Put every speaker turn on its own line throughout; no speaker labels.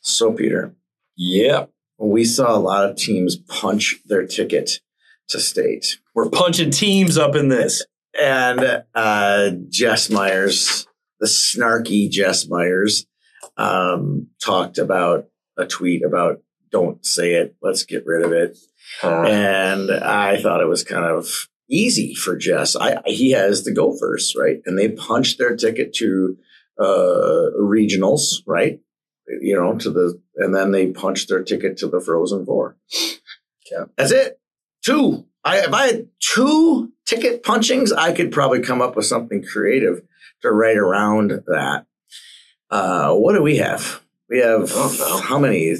So, Peter,
Yeah,
we saw a lot of teams punch their ticket to state.
we're punching teams up in this.
And uh, Jess Myers, the snarky Jess Myers, um, talked about a tweet about don't say it, let's get rid of it.
Uh,
And I thought it was kind of easy for Jess. I, he has the Gophers, right? And they punched their ticket to uh, regionals, right? You know, to the, and then they punched their ticket to the Frozen Four. Yeah. That's it. Two. I, if I had two ticket punchings, I could probably come up with something creative to write around that. Uh, what do we have? We have
I don't know.
how many?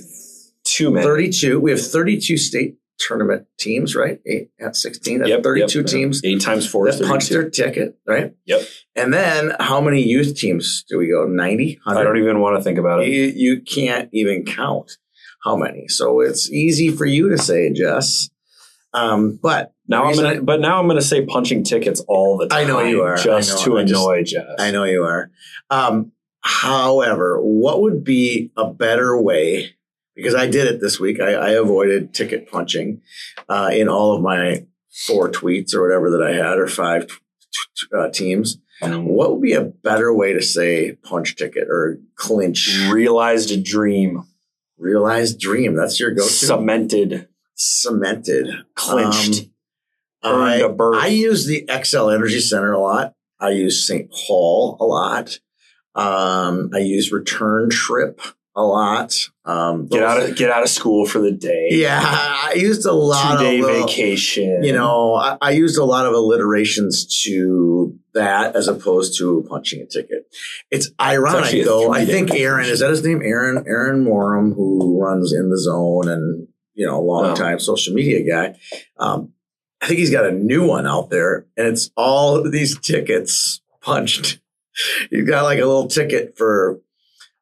Too many.
32. We have 32 state tournament teams, right? Eight at 16. That's 32 teams
Eight times four is
that punched
32.
their ticket, right?
Yep.
And then how many youth teams do we go? 90?
I don't even want to think about it.
You, you can't even count how many. So it's easy for you to say, Jess. Um, but
Now I'm
reason
gonna, but now I'm gonna say punching tickets all the time.
I know you are. I
just
know.
to
I just-
annoy Jess.
I know you are. Um, however, what would be a better way? Because I did it this week. I, I avoided ticket punching uh, in all of my four tweets or whatever that I had, or five t- t- uh, teams.
Um,
What would be a better way to say punch ticket or clinch?
Realized a dream,
Realized dream. That's your go to.
cemented,
Cemented.
clinched,
Um,
earned a
I,
berth.
I use the XL Energy Center a lot. I use St. Paul a lot. Um, I use return trip a lot. Um,
get
those-
out of get out of school for the day.
Yeah, I used a
two
lot
day
of little-
vacation.
You know, I, I used a lot of alliterations to that as opposed to punching a ticket. It's ironic
actually a
though. I
three-day
think Aaron is that his name? Aaron Aaron Morum, who runs in the zone and you know,
Oh.
long time social media guy. Um, I think he's got a new one out there, and it's all of these tickets punched. You've got like a little ticket for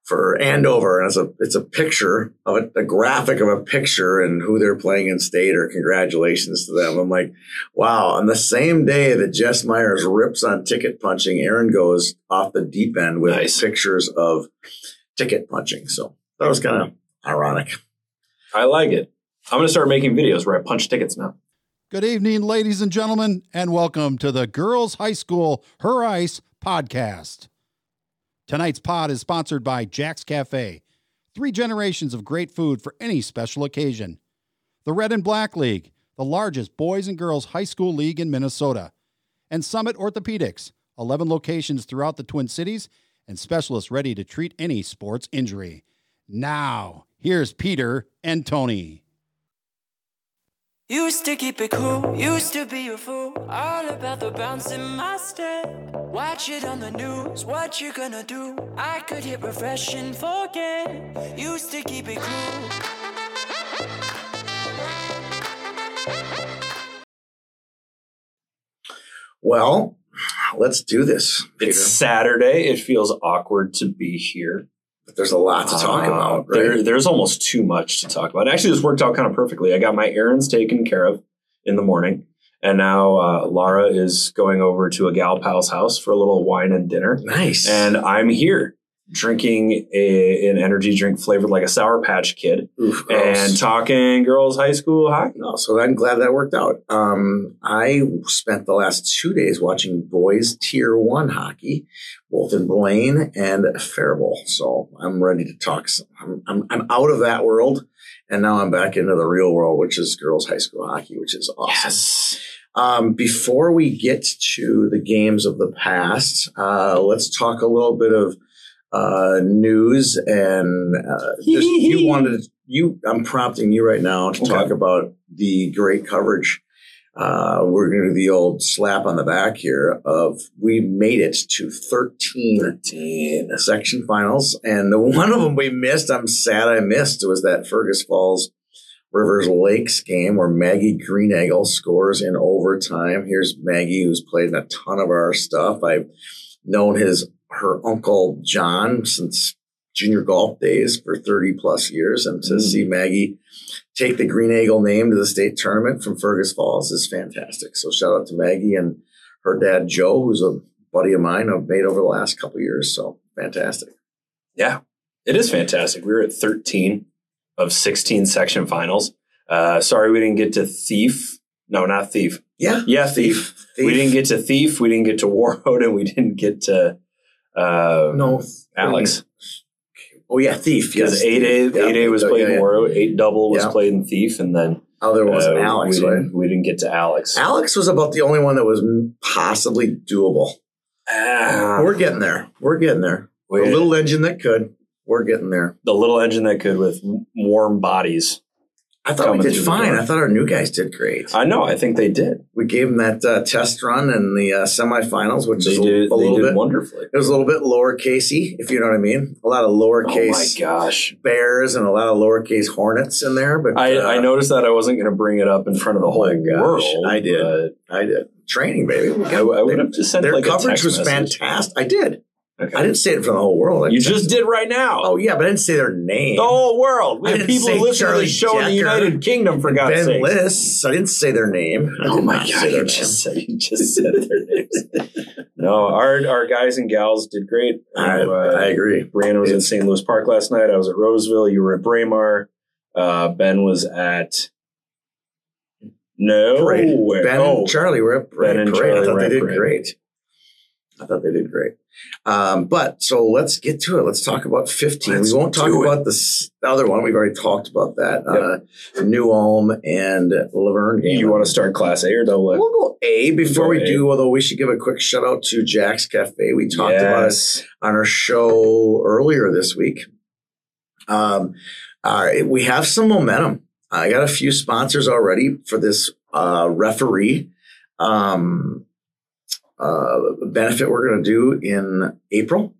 for Andover, and it's a it's a picture of a, a graphic of a picture and who they're playing in state, or congratulations to them. I'm like, wow. On the same day that Jess Myers rips on ticket punching, Aaron goes off the deep end with
Nice.
pictures of ticket punching. So that was kind of ironic.
I like it. I'm gonna start making videos where I punch tickets now.
Good evening, ladies and gentlemen, and welcome to the Girls High School Her Ice podcast. Tonight's pod is sponsored by Jack's Cafe, three generations of great food for any special occasion. The Red and Black League, the largest boys and girls high school league in Minnesota, and Summit Orthopedics, 11 locations throughout the Twin Cities, and specialists ready to treat any sports injury. Now, here's Peter and Tony.
Used to keep it cool, used to be a fool. All about the bouncing master. Watch it on the news, what you gonna do? I could hit refresh and forget. Used to keep it cool.
Well, let's do this. Peter.
It's Saturday. It feels awkward to be here.
But there's a lot to talk
Uh,
about, right?
There, there's almost too much to talk about. Actually, this worked out kind of perfectly. I got my errands taken care of in the morning, and now uh, Lara is going over to a gal pal's house for a little wine and dinner,
nice.
and I'm here drinking a, an energy drink flavored like a Sour Patch Kid
Oof, gross.
and talking girls' high school hockey.
no, so I'm glad that worked out. Um, I spent the last two days watching boys tier one hockey, both in Blaine and Faribault. So I'm ready to talk. Some, I'm, I'm, I'm out of that world and now I'm back into the real world, which is girls high school hockey, which is awesome. Um, before we get to the games of the past, uh, let's talk a little bit of uh, news and uh, just, you wanted you. I'm prompting you right now to
Okay.
talk about the great coverage. Uh, we're going to do the old slap on the back here of we made it to 13 section finals and the one of them we missed i'm sad i missed was that fergus falls Rivers Lakes game where Maggie Greenangle scores in overtime. Here's Maggie, who's played in a ton of our stuff. I've known his her uncle John since junior golf days for 30 plus years. And to
Mm.
see Maggie take the Greenangle name to the state tournament from Fergus Falls is fantastic. So shout out to Maggie and her dad Joe, who's a buddy of mine I've made over the last couple years. So fantastic.
Yeah. It is fantastic. We were at 13 of 16 section finals. Uh, sorry, we didn't get to Thief. No, not Thief.
Yeah.
Yeah, Thief. We didn't get to Thief. We didn't get to Warroad, and we didn't get to uh,
no.
Alex
Oh yeah, Thief. Yes,
because eight
Thief.
A
Yeah.
eight A was
Oh,
played
yeah,
in
yeah.
Warroad. Eight Double was
Yeah.
played in Thief, and then
Oh, there was
uh,
Alex.
We
right?
didn't, we didn't get to Alex.
Alex was about the only one that was possibly doable.
Ah,
We're getting there. We're getting there.
we-
The little engine that could. We're getting there.
the little engine that could with warm bodies.
I thought
Coming
we
through
did
the
fine.
door.
I thought our new guys did great.
I know. I think they did.
we gave them that uh, test run in the uh, semifinals, which
They
is a,
did.
a
they
little
did
bit.
wonderfully.
It was a little bit lowercasey, if you know what I mean. A lot of
Oh my
lowercase
gosh!
bears and a lot of lowercase hornets in there. But
I,
uh,
I noticed that I wasn't going to bring it up in front of the
Oh
whole
my gosh,
world.
I did.
but
I did training, baby. We
I,
got-
I would have just sent
their
like a
coverage
text
was
message.
fantastic. I did.
Okay.
I didn't say it from the whole world. I
You
said-
just did right now.
Oh yeah, but I didn't say their name.
the whole world. We
I
have
didn't
people
say
who listen to
Charlie
this show in the
Decker,
United Kingdom. For God's
Ben
sake!
Liss. I didn't say their name. I
Oh
did
my
not say
god!
their
You
name.
just said you just said their names. no, our our guys and gals did great.
I,
Uh,
I agree.
Brianna was in St. Louis Park last night. I was at Roseville. You were at Braemar. Uh, ben was at no
Parade.
where-
Ben
oh,
and Charlie were up right
Ben and
parade.
Charlie
I thought
were
they
at
did
parade.
great. I thought they did great. Um, but so let's get to it. Let's talk about 15.
Let's
we won't talk
do it.
about this other one. We've already talked about that. Uh, New Ulm and Laverne game.
Oh, you want to start Class A or Double A?
We'll go A before
Go
we
A.
do, although we should give a quick shout out to Jack's Cafe. We talked about it
Yes.
on our show earlier this week. Um, all right, we have some momentum. I got a few sponsors already for this uh, referee um, uh, benefit we're going to do in April.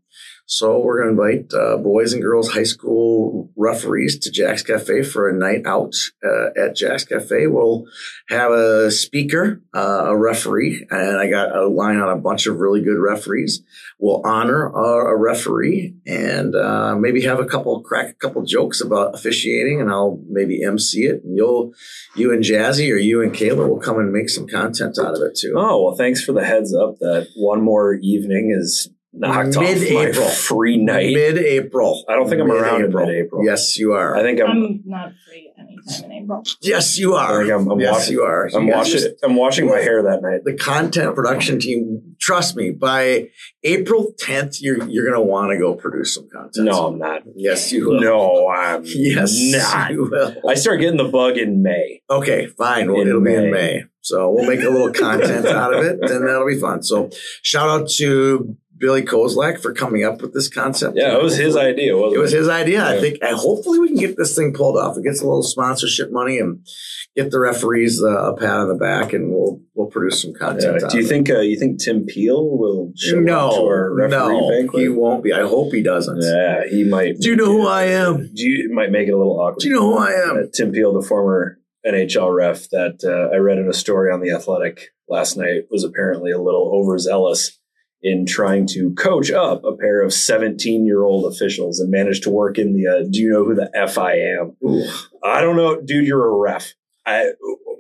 So we're going to invite uh, boys and girls high school referees to Jack's Cafe for a night out uh, at Jack's Cafe. We'll have a speaker, uh, a referee, and I got a line on a bunch of really good referees will honor a, a referee and uh, maybe have a couple crack a couple jokes about officiating and I'll maybe MC it and you'll you and Jazzy or you and Kayla will come and make some content out of it too.
Oh well, thanks for the heads up. That one more evening is knocked off
Mid-April.
my free night.
Mid-April.
I don't think I'm around in
Mid-April.
mid-April.
Yes, you are.
I think I'm.
I'm not free anytime in April.
yes, you
I
are.
think I'm, I'm
yes,
washing.
you are.
I'm
You guys
washing.
just-
I'm washing my hair that night.
the content production team, trust me, by April 10th, you're you're gonna want to go produce some content.
No, I'm not.
Yes, you will.
No, I'm
Yes,
not.
you will.
I start getting the bug in May.
Okay, fine. Well,
In
it'll be
May.
in May. So we'll make a little content out of it, and that'll be fun. So shout out to Billy Kozlak for coming up with this concept.
Yeah, it was his idea, wasn't
It
it?
was his idea. I
Yeah.
think and hopefully we can get this thing pulled off. It gets a little sponsorship money and get the referees uh, a pat on the back, and we'll we'll produce some
Yeah,
content. out
do you
of
think uh, you think Tim Peel will
it.
show up to
No,
our referee
no,
banquet?
he won't be. I hope he doesn't.
yeah, he might.
Do you know who I
Do
am?
you it might make it a little awkward?
Do you know who I am?
Uh, Tim Peel, the former NHL ref that uh, I read in a story on the Athletic last night, was apparently a little overzealous in trying to coach up a pair of 17 year old officials and managed to work in the uh, do you know who the f i am
Ooh,
i don't know dude you're a ref I,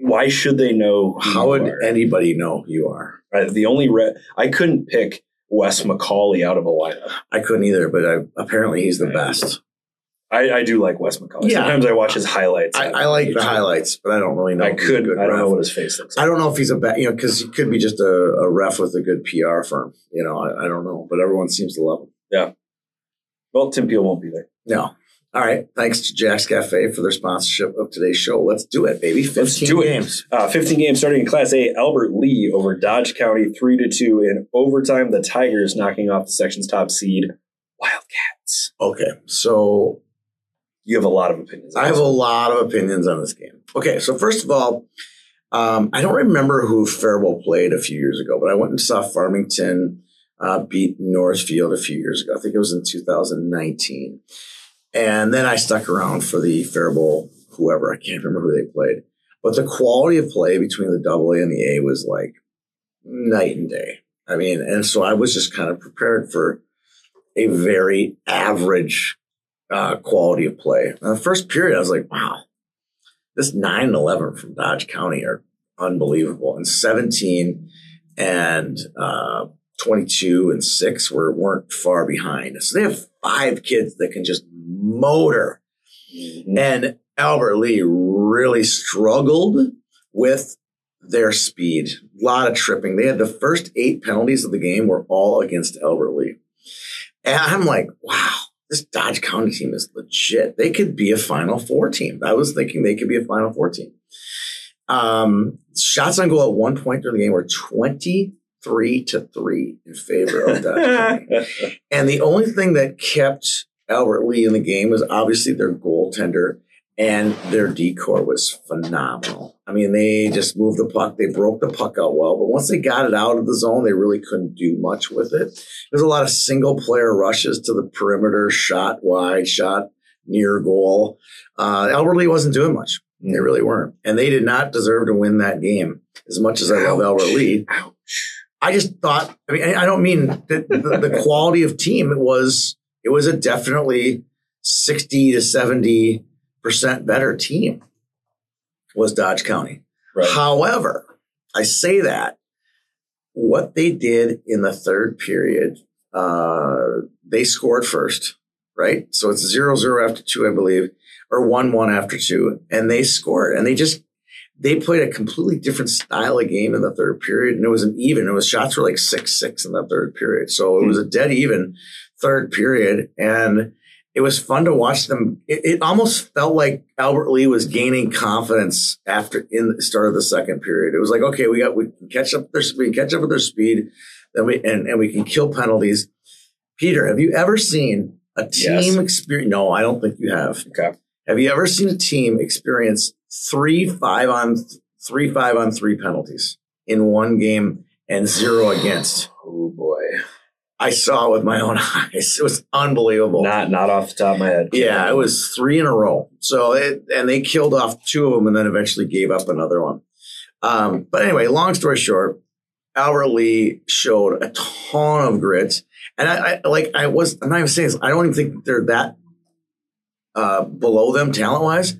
why should they know who
how
you
would
are?
anybody know who you are?
Uh, the only re- I couldn't pick Wes McCauley out of a lineup.
I couldn't either, but I, apparently he's the
Right.
best.
I, I do like Wes McCauley.
Yeah.
Sometimes I watch his highlights.
I,
on
I like the
YouTube.
highlights, but I don't really know.
I
if he's a
could.
good
I don't
ref.
know what his face looks
I
like.
don't know if he's a bad, you know, because he could be just a, a ref with a good PR firm. You know, I, I don't know, but everyone seems to love him.
Well, Tim Peel won't be there.
No. All right. Thanks to Jack's Cafe for their sponsorship of today's show. Let's do it, baby. 15
Let's do it.
games.
Uh, 15 games starting in Class A. Albert Lee over Dodge County, three to two in overtime. The Tigers knocking off the section's top seed, Wildcats.
Okay. So
You have a lot of opinions. on
I have
this
a
one.
lot of opinions on this game. Okay. So, first of all, um, I don't remember who Faribault played a few years ago, but I went and saw Farmington uh, beat Northfield a few years ago. I think it was in 2019. And then I stuck around for the Faribault, whoever, I can't remember who they played. But the quality of play between the double A and the A was like night and day. I mean, and so I was just kind of prepared for a very average uh, quality of play. And the first period, I was like, wow, this 9 and 11 from Dodge County are unbelievable. And 17 and uh, 22 and six were weren't far behind. So they have five kids that can just motor. And Albert Lee really struggled with their speed. A lot of tripping. They had the first eight penalties of the game were all against Albert Lee. And I'm like, wow, this Dodge County team is legit. They could be a Final Four team. I was thinking they could be a Final Four team. Um, shots on goal at one point during the game were 23 to 3 in favor of Dodge County. And the only thing that kept Albert Lee in the game was obviously their goaltender and their decor was phenomenal. I mean, they just moved the puck. They broke the puck out well, but once they got it out of the zone, they really couldn't do much with it. There's a lot of single player rushes to the perimeter, shot wide, shot near goal. Uh, Albert Lee wasn't doing much. They really weren't. And they did not deserve to win that game as much as I love Albert Lee. I just thought, I mean, I I don't mean the, the, the quality of team. It was, it was a definitely 60 to 70 percent better team was Dodge County.
Right.
However, I say that what they did in the third period, uh, they scored first, right? So it's 0 0 after two, I believe, or 1 1 after two, and they scored. And they just, they played a completely different style of game in the third period, and it was an even. It was shots were like 6 6 in the third period. So it was a dead even third period. And it was fun to watch them. It, it almost felt like Albert Lee was gaining confidence after in the start of the second period. It was like, okay, we got we can catch up their we can catch up with their speed, then we and, and we can kill penalties. Peter, have you ever seen a team
Yes.
experience? No, I don't think you have.
Okay.
Have you ever seen a team experience three five on three five on three penalties in one game and zero against?
Oh boy.
I saw it with my own eyes. It was unbelievable.
Not not off the top of my head.
Yeah, it was three in a row. So it, and they killed off two of them and then eventually gave up another one. Um, but anyway, long story short, Albert Lee showed a ton of grit. And I, I like I was I'm not even saying this, I don't even think they're that uh, below them talent wise.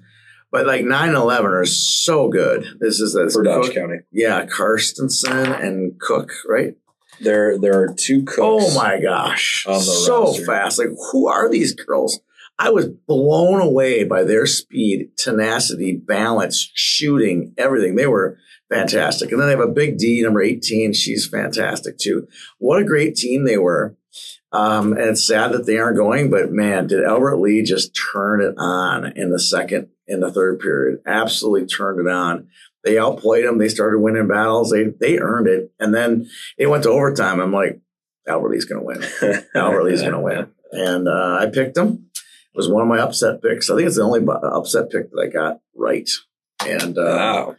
But like 9 11 are so good. This is this
for Dodge County.
Yeah, Karstensen and Cook, right?
There there are two cooks.
Oh my gosh.
on the
So
roster.
fast. Like, who are these girls? I was blown away by their speed, tenacity, balance, shooting, everything. They were fantastic. And then they have a big D, number 18. She's fantastic too. What a great team they were. Um, and it's sad that they aren't going, but man, did Albert Lee just turn it on in the second, in the third period? Absolutely turned it on. They outplayed them. They started winning battles. They they earned it, and then it went to overtime. I'm like, Albert Lee's going to win. Albert Lee's going to win. And uh, I picked him. It was one of my upset picks. I think it's the only bu- uh, upset pick that I got right. And uh,
Wow.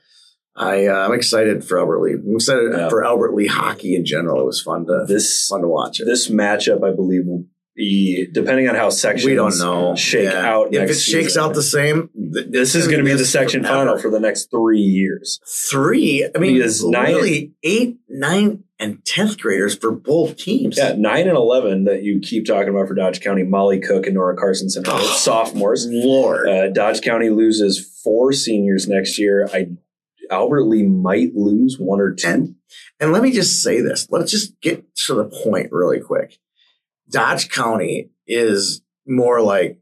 I, uh, I'm excited for Albert Lee. I'm excited
Yeah.
for Albert Lee hockey in general. It was fun to
This
fun to watch it.
this matchup I believe will be depending on how sections
we don't know.
shake
Yeah.
out
If
next
it shakes
season.
out the same, th-
this is going to be the
this
section
forever.
final for the next three years.
three. I mean,
Because nine-
really eight, nine, and tenth graders for both teams.
Yeah, nine and eleven that you keep talking about for Dodge County. Molly Cook and Nora Carsonson are both sophomores.
Lord.
Uh, Dodge County loses four seniors next year. I Albert Lee might lose one or two.
And and let me just say this. Let's just get to the point really quick. Dodge County is more like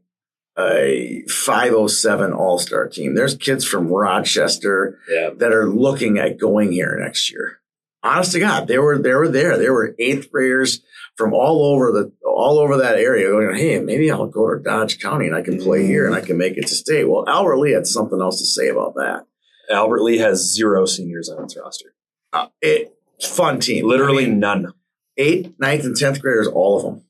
a 507 all-star team. There's kids from Rochester
yeah,
that are looking at going here next year. Honest to God, they were they were there. There were eighth graders from all over the all over that area going, hey, maybe I'll go to Dodge County and I can play here and I can make it to state. Well, Albert Lee had something else to say about that.
Albert Lee has zero seniors on its roster.
Uh, it fun team.
Literally
I mean,
none.
eighth, ninth, and tenth graders, all of them.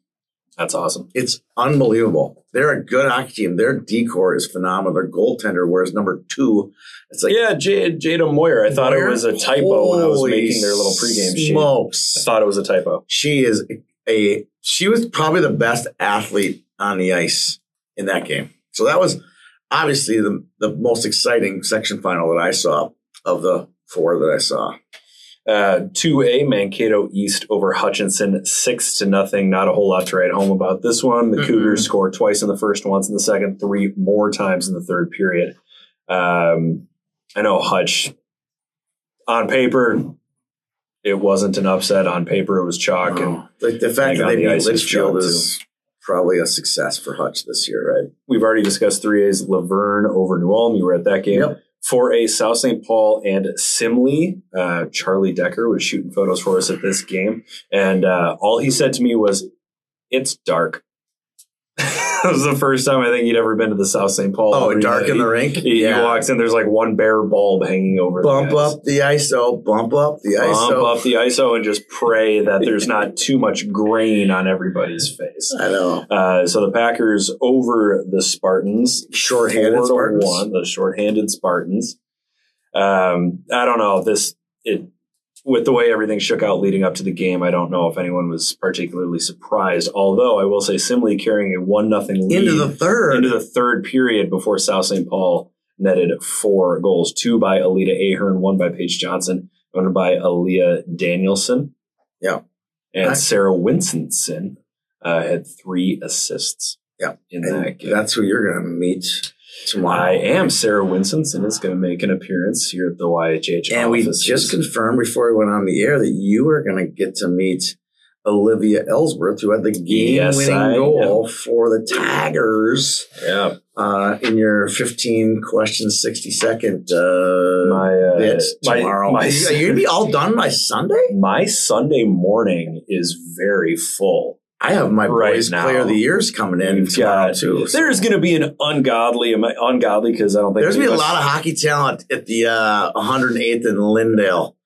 That's awesome.
It's unbelievable. They're a good hockey team. Their decor is phenomenal. Their goaltender wears number two. It's like
yeah, J- Jada Moyer. I thought it was a typo when I was
Holy
making their little pregame sheet.
Smokes.
I thought it was a typo.
She is a she was probably the best athlete on the ice in that game. So that was obviously the the most exciting section final that I saw of the four that I saw.
Uh, 2A Mankato East over Hutchinson, six to nothing. Not a whole lot to write home about this one. The
Mm-mm.
Cougars score twice in the first, once in the second, three more times in the third period. Um, I know Hutch on paper it wasn't an upset on paper. It was chalk, and
Like the fact
And
that
on
they
the
beat
ice is
Litchfield
strong,
is probably a success for Hutch this year, right?
we've already discussed three A's Laverne over New Ulm. You were at that game.
Yep.
Four A South St. Paul and Simley. Uh, Charlie Decker was shooting photos for us at this game, and uh, all he said to me was, "It's dark." that was the first time I think he'd ever been to the South St. Paul.
Oh,
arena.
dark in the
He-
rink.
He, he walks in. There's like one bare bulb hanging over. the
Bump
nets.
up the ISO. Bump up the oh.
Bump
ISO.
up the ISO and just pray that there's not too much grain on everybody's face.
I know.
Uh, so the Packers over the Spartans,
Shorthanded
four to
Spartans.
one, the shorthanded Spartans. Um, I don't know this it with the way everything shook out leading up to the game. I don't know if anyone was particularly surprised. Although I will say, Simley carrying a one nothing lead
Into the third.
into the third period before South St. Paul netted four goals, two by Alita Ahern, one by Paige Johnson, one by Aaliyah Danielson.
Yeah.
And
Nice.
Sarah Winsonson uh, had three assists
Yeah.
in that
and
game.
that's who you're going to meet tomorrow.
I am Sarah Winsonson is going to make an appearance here at the YHH
And we
offices.
just confirmed before we went on the air that you are going to get to meet Olivia Ellsworth, who had the
Yes,
game-winning
I
goal for the Tigers
yeah,
uh, in your 15 question, 60 second uh,
my uh,
bit
my-
tomorrow.
my-
You- You'd be all done by Sunday.
my Sunday morning is very full.
I have my
Right
boys
now.
player of the years coming in
We've
tomorrow
got-
too. So
There's going to be an ungodly, am- ungodly because I don't think
There's gonna be
any
a
us-
lot of hockey talent at the uh, 108th in Lindale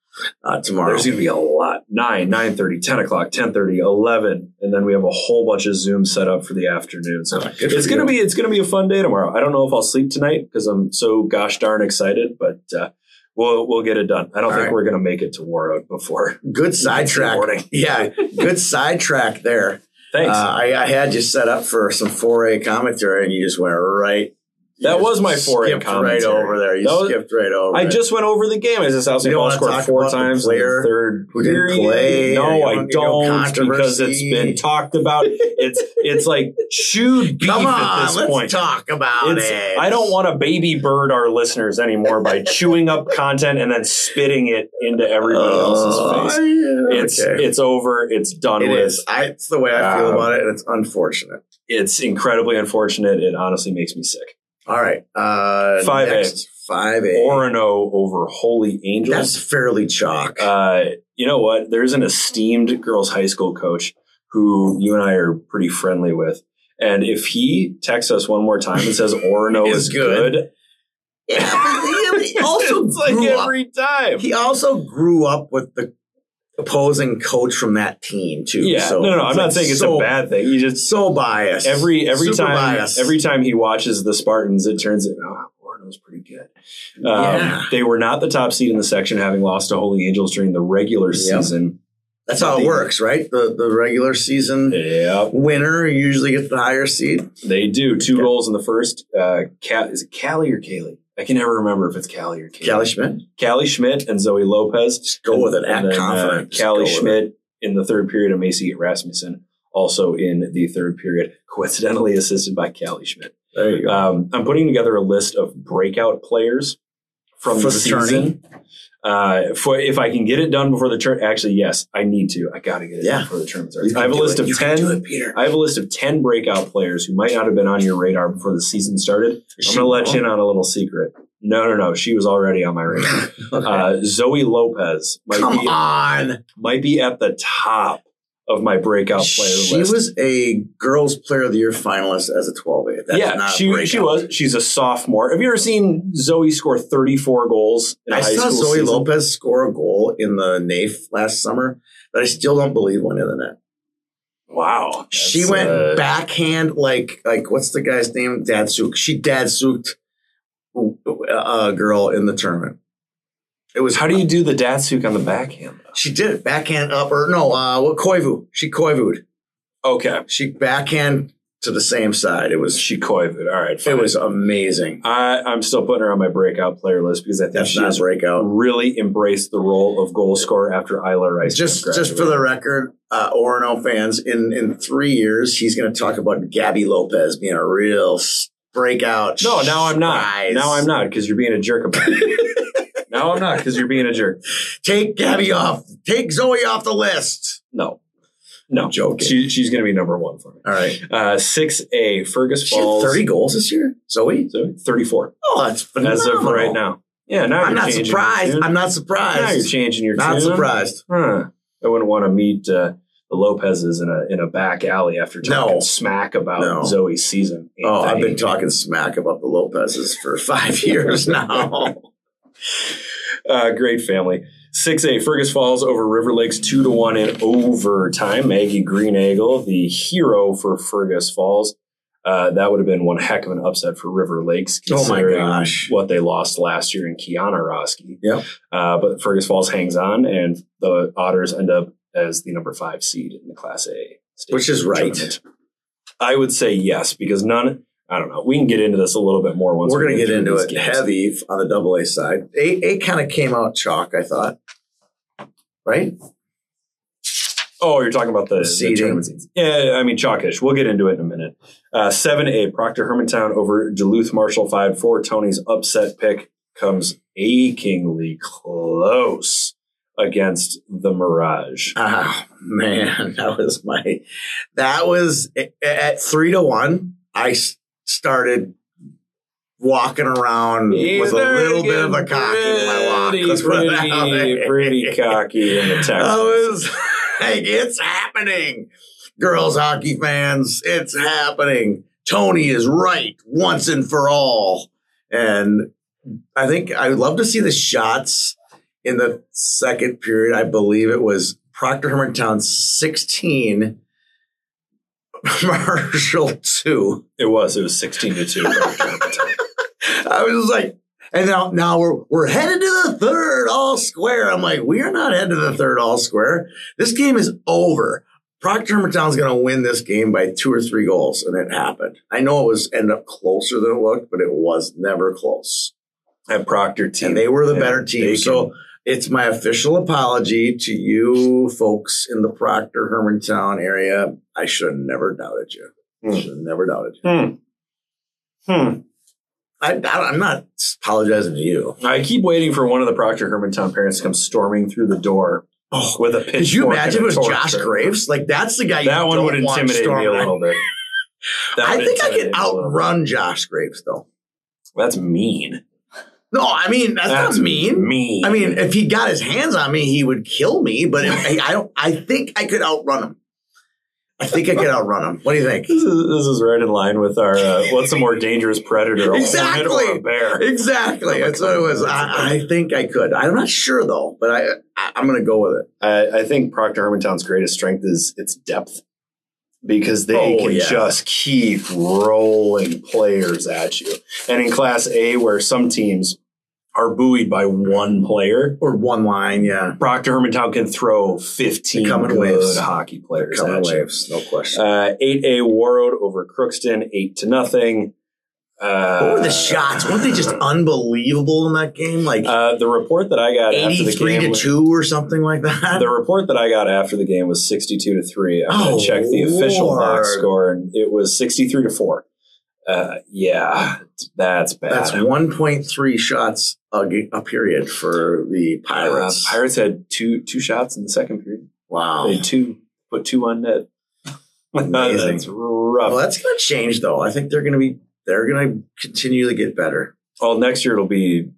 uh, tomorrow.
There's going to be a lot. 9, 9.30, 10 o'clock, 10.30, 11. And then we have a whole bunch of Zoom set up for the afternoon. So
Oh, good for
it's going to
you.
be it's going to be a fun day tomorrow. I don't know if I'll sleep tonight because I'm so gosh darn excited, but uh, we'll we'll get it done. I don't
All
think
right.
we're going to make it to Warroad before.
good sidetrack.
morning.
Yeah, good sidetrack there.
Thanks.
Uh, I, I had you set up for some foray commentary, and you just went right. you
That
just
was my foray
skipped Right
commentary.
over there, you
That was-
skipped right over.
I
it.
just went over the game. As this South
You
St.
don't
Paul
wanna
scored
talk
four
about the
times in
player
the third
who didn't
period.
play, or you
No,
wanna
I
get no
don't because it's
controversy.
been talked about. It's it's like chewed beef
come
at
on.
this
Let's
point.
talk about
It's-
it.
I don't want to baby bird our listeners anymore by chewing up content and then spitting it into everybody
Oh,
else's face.
yeah,
It's
okay.
it's over. It's done
It
with.
is. I, it's the way I feel
Um,
about it, and it's unfortunate.
It's incredibly unfortunate. It honestly makes me sick.
All right, uh,
5A.
five A.
Orono oh over Holy Angels.
That's fairly chalk.
Uh, you know what? There's an esteemed girls' high school coach who you and I are pretty friendly with. And if he texts us one more time and says Orono
Is
is, good,
yeah, but he- he also
it's like
grew up-
every time.
He also grew up with the opposing coach from that team too.
yeah,
so
no, no,
it's
I'm
like
not saying it's
so-
a bad thing. He just
So biased.
every every
Super
time
biased.
every time he watches the Spartans, it turns it. Oh, Orono's pretty good. Um,
Yeah.
They were not the top seed in the section, having lost to Holy Angels during the regular
Yeah.
season.
that's how it works, right? The the regular season
Yeah,
winner usually gets the higher seed.
They do two
Yeah.
goals in the first. Uh, Cal- is it Callie or Kaylee? I can never remember if it's Callie or Kaylee.
Kelly Schmidt.
Callie Schmidt and Zoe Lopez.
Just go with it. Act
And then, uh,
confident. Just go
Callie
with it.
Schmidt in the third period and Macy Rasmussen also in the third period, coincidentally assisted by Callie Schmidt.
There you go.
Um, I'm putting together a list of breakout players from
For
the,
the tourney?
season. Uh, for if I can get it done before the turn, actually, yes, I need to. I got to get it
Yeah.
done before the tournament
You
starts.
can
I have a
do
list
it.
of
You
ten.
Can do it, Peter.
I have a list of 10 breakout players who might not have been on your radar before the season started. I'm going to let you in on a little secret. No, no, no. She was already on my radar.
Okay.
Uh, Zoe Lopez might
Come
be,
on.
might be at the top of my breakout player
She
list.
was a girls' player of the year finalist as a 12A. That's
yeah,
not a
she, she
breakout.
was. She's a sophomore. Have you ever seen Zoe score 34 goals in a
I
high
saw
school
Zoe
season?
Lopez score a goal in the NAIF last summer, but I still don't believe one in the net.
Wow.
she
That's,
went
uh,
backhand like like what's the guy's name? Datsuk. She datsuked a girl in the tournament. It was
How do you do the Datsuk on the backhand?
She did it backhand up or no? Uh, what koivu? She koivu'd.
Okay.
She backhand to the same side. It was
She coived. All right.
it
fine.
was amazing.
I, I'm still putting her on my breakout player list because I think
That's
she
not
is
a breakout.
really embraced the role of goal scorer after Isla Rice.
Just just for the record, uh, Orono fans, in in three years, he's going to talk about Gabby Lopez being a real s- breakout.
no, now I'm not.
surprise.
Now I'm not because you're being a jerk about it. now Now I'm not because you're being a jerk.
Take Gabby off. Take Zoe off the list.
No, no,
I'm joking.
She, she's going to be number one for me.
All right.
Uh, Six A Fergus
She had
Falls.
30 goals this year? Zoe?
So, 34
Oh, that's phenomenal.
as of right now. Yeah, now
I'm
you're
not
changing your
surprised.
tune.
I'm not
Now you're
surprised.
changing your
Not
tune.
surprised.
Huh. I wouldn't want to meet uh, the Lopez's in a in a back alley after talking
No.
smack about
No.
Zoe's season.
Oh, I've been
Anthony.
talking smack about the Lopez's for five years now.
Uh, great family. 6A, Fergus Falls over River Lakes, 2 to 1 in overtime. Maggie Greenagle, the hero for Fergus Falls. Uh, that would have been one heck of an upset for River Lakes,
Oh my
considering
gosh.
what they lost last year in Kiana Roski.
Yep.
Uh, but Fergus Falls hangs on, and the Otters end up as the number five seed in the Class A. state
Which is right.
tournament. I would say yes, because none, I don't know. We can get into this a little bit more once
We're
we
going to get
through
into
these
it
games.
heavy f- on the double A side. A, a kind of came out chalk, I thought. Right?
Oh, you're talking about the, the
Seeding.
tournament seeds. Yeah, I mean chalkish. We'll get into it in a minute. Uh, Seven A Proctor Hermantown over Duluth Marshall five four. Tony's upset pick comes achingly close against the Mirage.
Oh, man. That was my, that was a- at three to one. I s- started walking around with a little bit of a cock in my walk. Let's put it
pretty,
that
pretty,
way.
pretty cocky in the text.
I was like, it's happening, girls hockey fans. It's happening. Tony is right once and for all. And I think I would love to see the shots in the second period. I believe it was Proctor Hermantown 16, Marshall 2.
it was. It was sixteen to two.
I was just like, and now now we're we're headed to the third all square. I'm like, we are not headed to the third all square. This game is over. Proctor Hermantown's going to win this game by two or three goals, and it happened. I know it was ended up closer than it looked, but it was never close.
At Proctor team,
And they were the
Yeah,
better
they
team.
can-
So it's my official apology to you folks in the Proctor Hermantown area. I should have never doubted you.
Hmm.
Should have never doubted you.
Hmm. Hmm.
I, I, I'm not apologizing to you.
I keep waiting for one of the Proctor Hermantown parents to come storming through the door
Oh,
with a pitchfork.
Could you imagine
and
it
a
was
torch.
Josh Graves? Like that's the guy. you
That one
don't
would
want
intimidate me a
storming.
little bit. That
I
would
think I
intimidate
could
me a little bit.
outrun Josh Graves though.
That's mean.
No, I mean that's,
That's
not mean.
Mean.
I mean, if he got his hands on me, he would kill me. But if, I, I don't. I think I could outrun him. I think I could outrun him. What do you think?
this is this is right in line with our uh, what's a more dangerous predator, a
Exactly.
hornet or a bear? Oh
Exactly. That's what it was. I, I think I could. I'm not sure though, but I, I I'm gonna go with it.
I, I think Proctor Hermantown's greatest strength is its depth because they
Oh,
can
yeah.
just keep rolling players at you. And in Class A, where some teams are buoyed by one player,
Or one line. Yeah.
Proctor Hermantown can throw 15
They're coming
good
waves.
hockey players
Coming
at you.
waves, no question.
Uh, 8A Warroad over Crookston, 8 to nothing. Uh,
what were the shots? Weren't they just unbelievable in that game? Like
Uh, the report that I got after the
83
game.
to 2 or something like that.
The report that I got after the game was 62 to 3. I'm going
Oh,
to check the official box
Lord.
score, and it was 63 to 4. Uh, yeah, that's bad.
That's 1.3 shots a, g- a period for the
Uh,
Pirates.
Pirates had two two shots in the second period.
Wow.
They had two, put two on net.
Amazing.
that's rough.
Well, that's going to change though. I think they're going to be they're going to continue to get better.
well, next year it'll be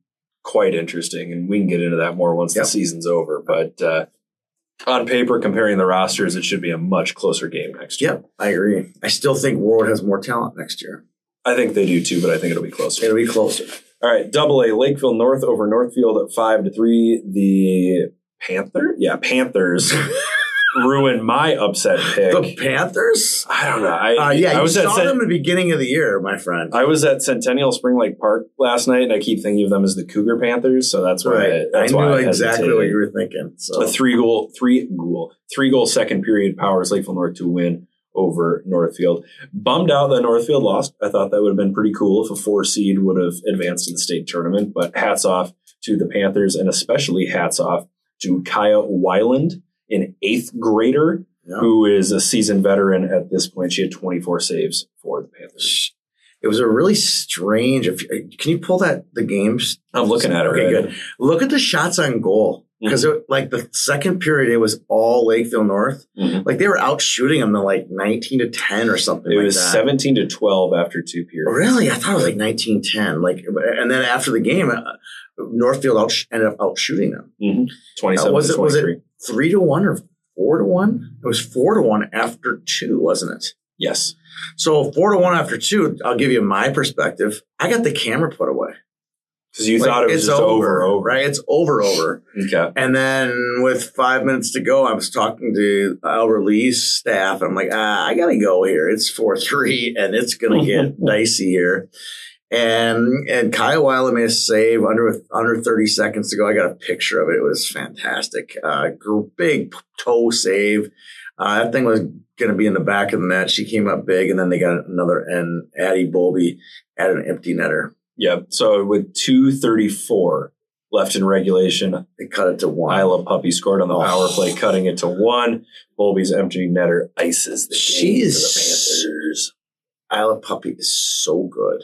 quite interesting, and we can get into that more once
Yep.
the season's over. But uh, on paper, comparing the rosters, it should be a much closer game next year.
Yep, I agree. I still think Ward has more talent next year.
I think they do too, but I think it'll be closer.
It'll be closer.
All right, Double A Lakeville North over Northfield at five to three. The Panther, yeah, Panthers ruined my upset
The
pick.
Panthers?
I don't know. I,
Uh, yeah,
I
you
was at
saw
Cent-
them at the beginning of the year, my friend.
I was at Centennial Spring Lake Park last night, and I keep thinking of them as the Cougar Panthers. So that's why. I,
right. I,
that's why
knew
I
exactly
hesitated.
what you were thinking. So
a three goal, three goal, three goal second period powers Lakeville North to win over Northfield. Bummed out that Northfield lost. I thought that would have been pretty cool if a four seed would have advanced to the state tournament. But hats off to the Panthers, and especially hats off to Kaya Wyland, an eighth grader
yeah.
who is a seasoned veteran at this point. She had 24 saves for the Panthers.
It It was a really strange. If can you pull that the games?
I'm looking at it
Okay,
right
good. Look at the shots on goal
Mm.
because like the second period, it was all Lakeville North.
Mhm.
Like they were out shooting them to like 19 to 10 or something.
It
like
was
that.
17 to 12 after two periods.
Oh, Really, I thought it was like 1910. Like, and then after the game, uh, Northfield out, ended up out shooting them
27
Uh, was
to
it- was it-
23.
three to one or four to one. It was four to one after two, wasn't it?
Yes.
So four to one after two. I'll give you my perspective. I got the camera put away.
Because you
Like,
thought it was just over, over.
right? It's over, over.
Okay.
And then with five minutes to go, I was talking to Albert Lee's staff. I'm like, ah, I gotta go here. It's four three, and it's gonna get dicey here. And and Kyle Weiler made a save under under 30 seconds to go. I got a picture of it. It was fantastic. Uh, gr- big toe save. Uh, that thing was going to be in the back of the net. She came up big, and then they got another. And Addie Bolby at an empty netter.
Yeah. So with 234 left in regulation,
They cut it to one.
Isla Puppy scored on the power play, cutting it to one. Bolby's empty netter ices the game
She
for
is
the Panthers.
Isla Puppy is so good.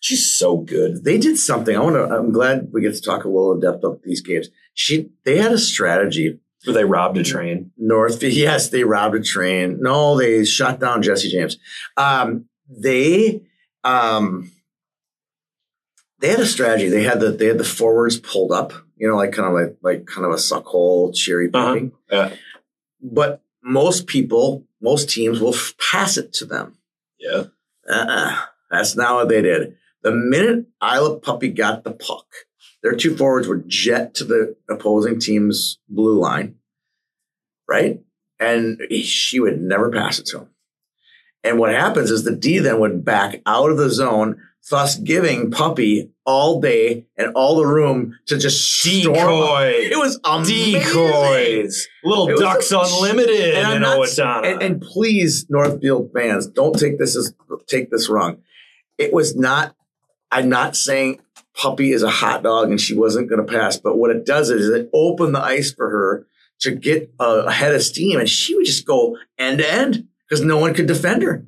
She's so good.
they did something. I want to. I'm glad we get to talk a little in depth about these games. She, they had a strategy.
But they robbed a train.
North, yes, they robbed a train. No, they shot down Jesse James. Um, they, um, they had a strategy. They had the they had the forwards pulled up. You know, like kind of like like kind of a suckhole cherry
Uh-huh.
picking.
Yeah.
But most people, most teams will f- pass it to them.
Yeah.
Uh-uh. That's not what they did. The minute Isla Puppy got the puck, their two forwards would jet to the opposing team's blue line, right? And he- she would never pass it to him. And what happens is the D then would back out of the zone, thus giving Puppy all day and all the room to just storm up. It was amazing.
Decoys. Little
It was
Ducks
a-
Unlimited
And I'm
and
not-
Owatonna.
And, and please, Northfield fans, don't take this as take this wrong. It was not. I'm not saying Puppy is a hot dog and she wasn't going to pass, but what it does is it opened the ice for her to get a head of steam, and she would just go end to end because no one could defend her.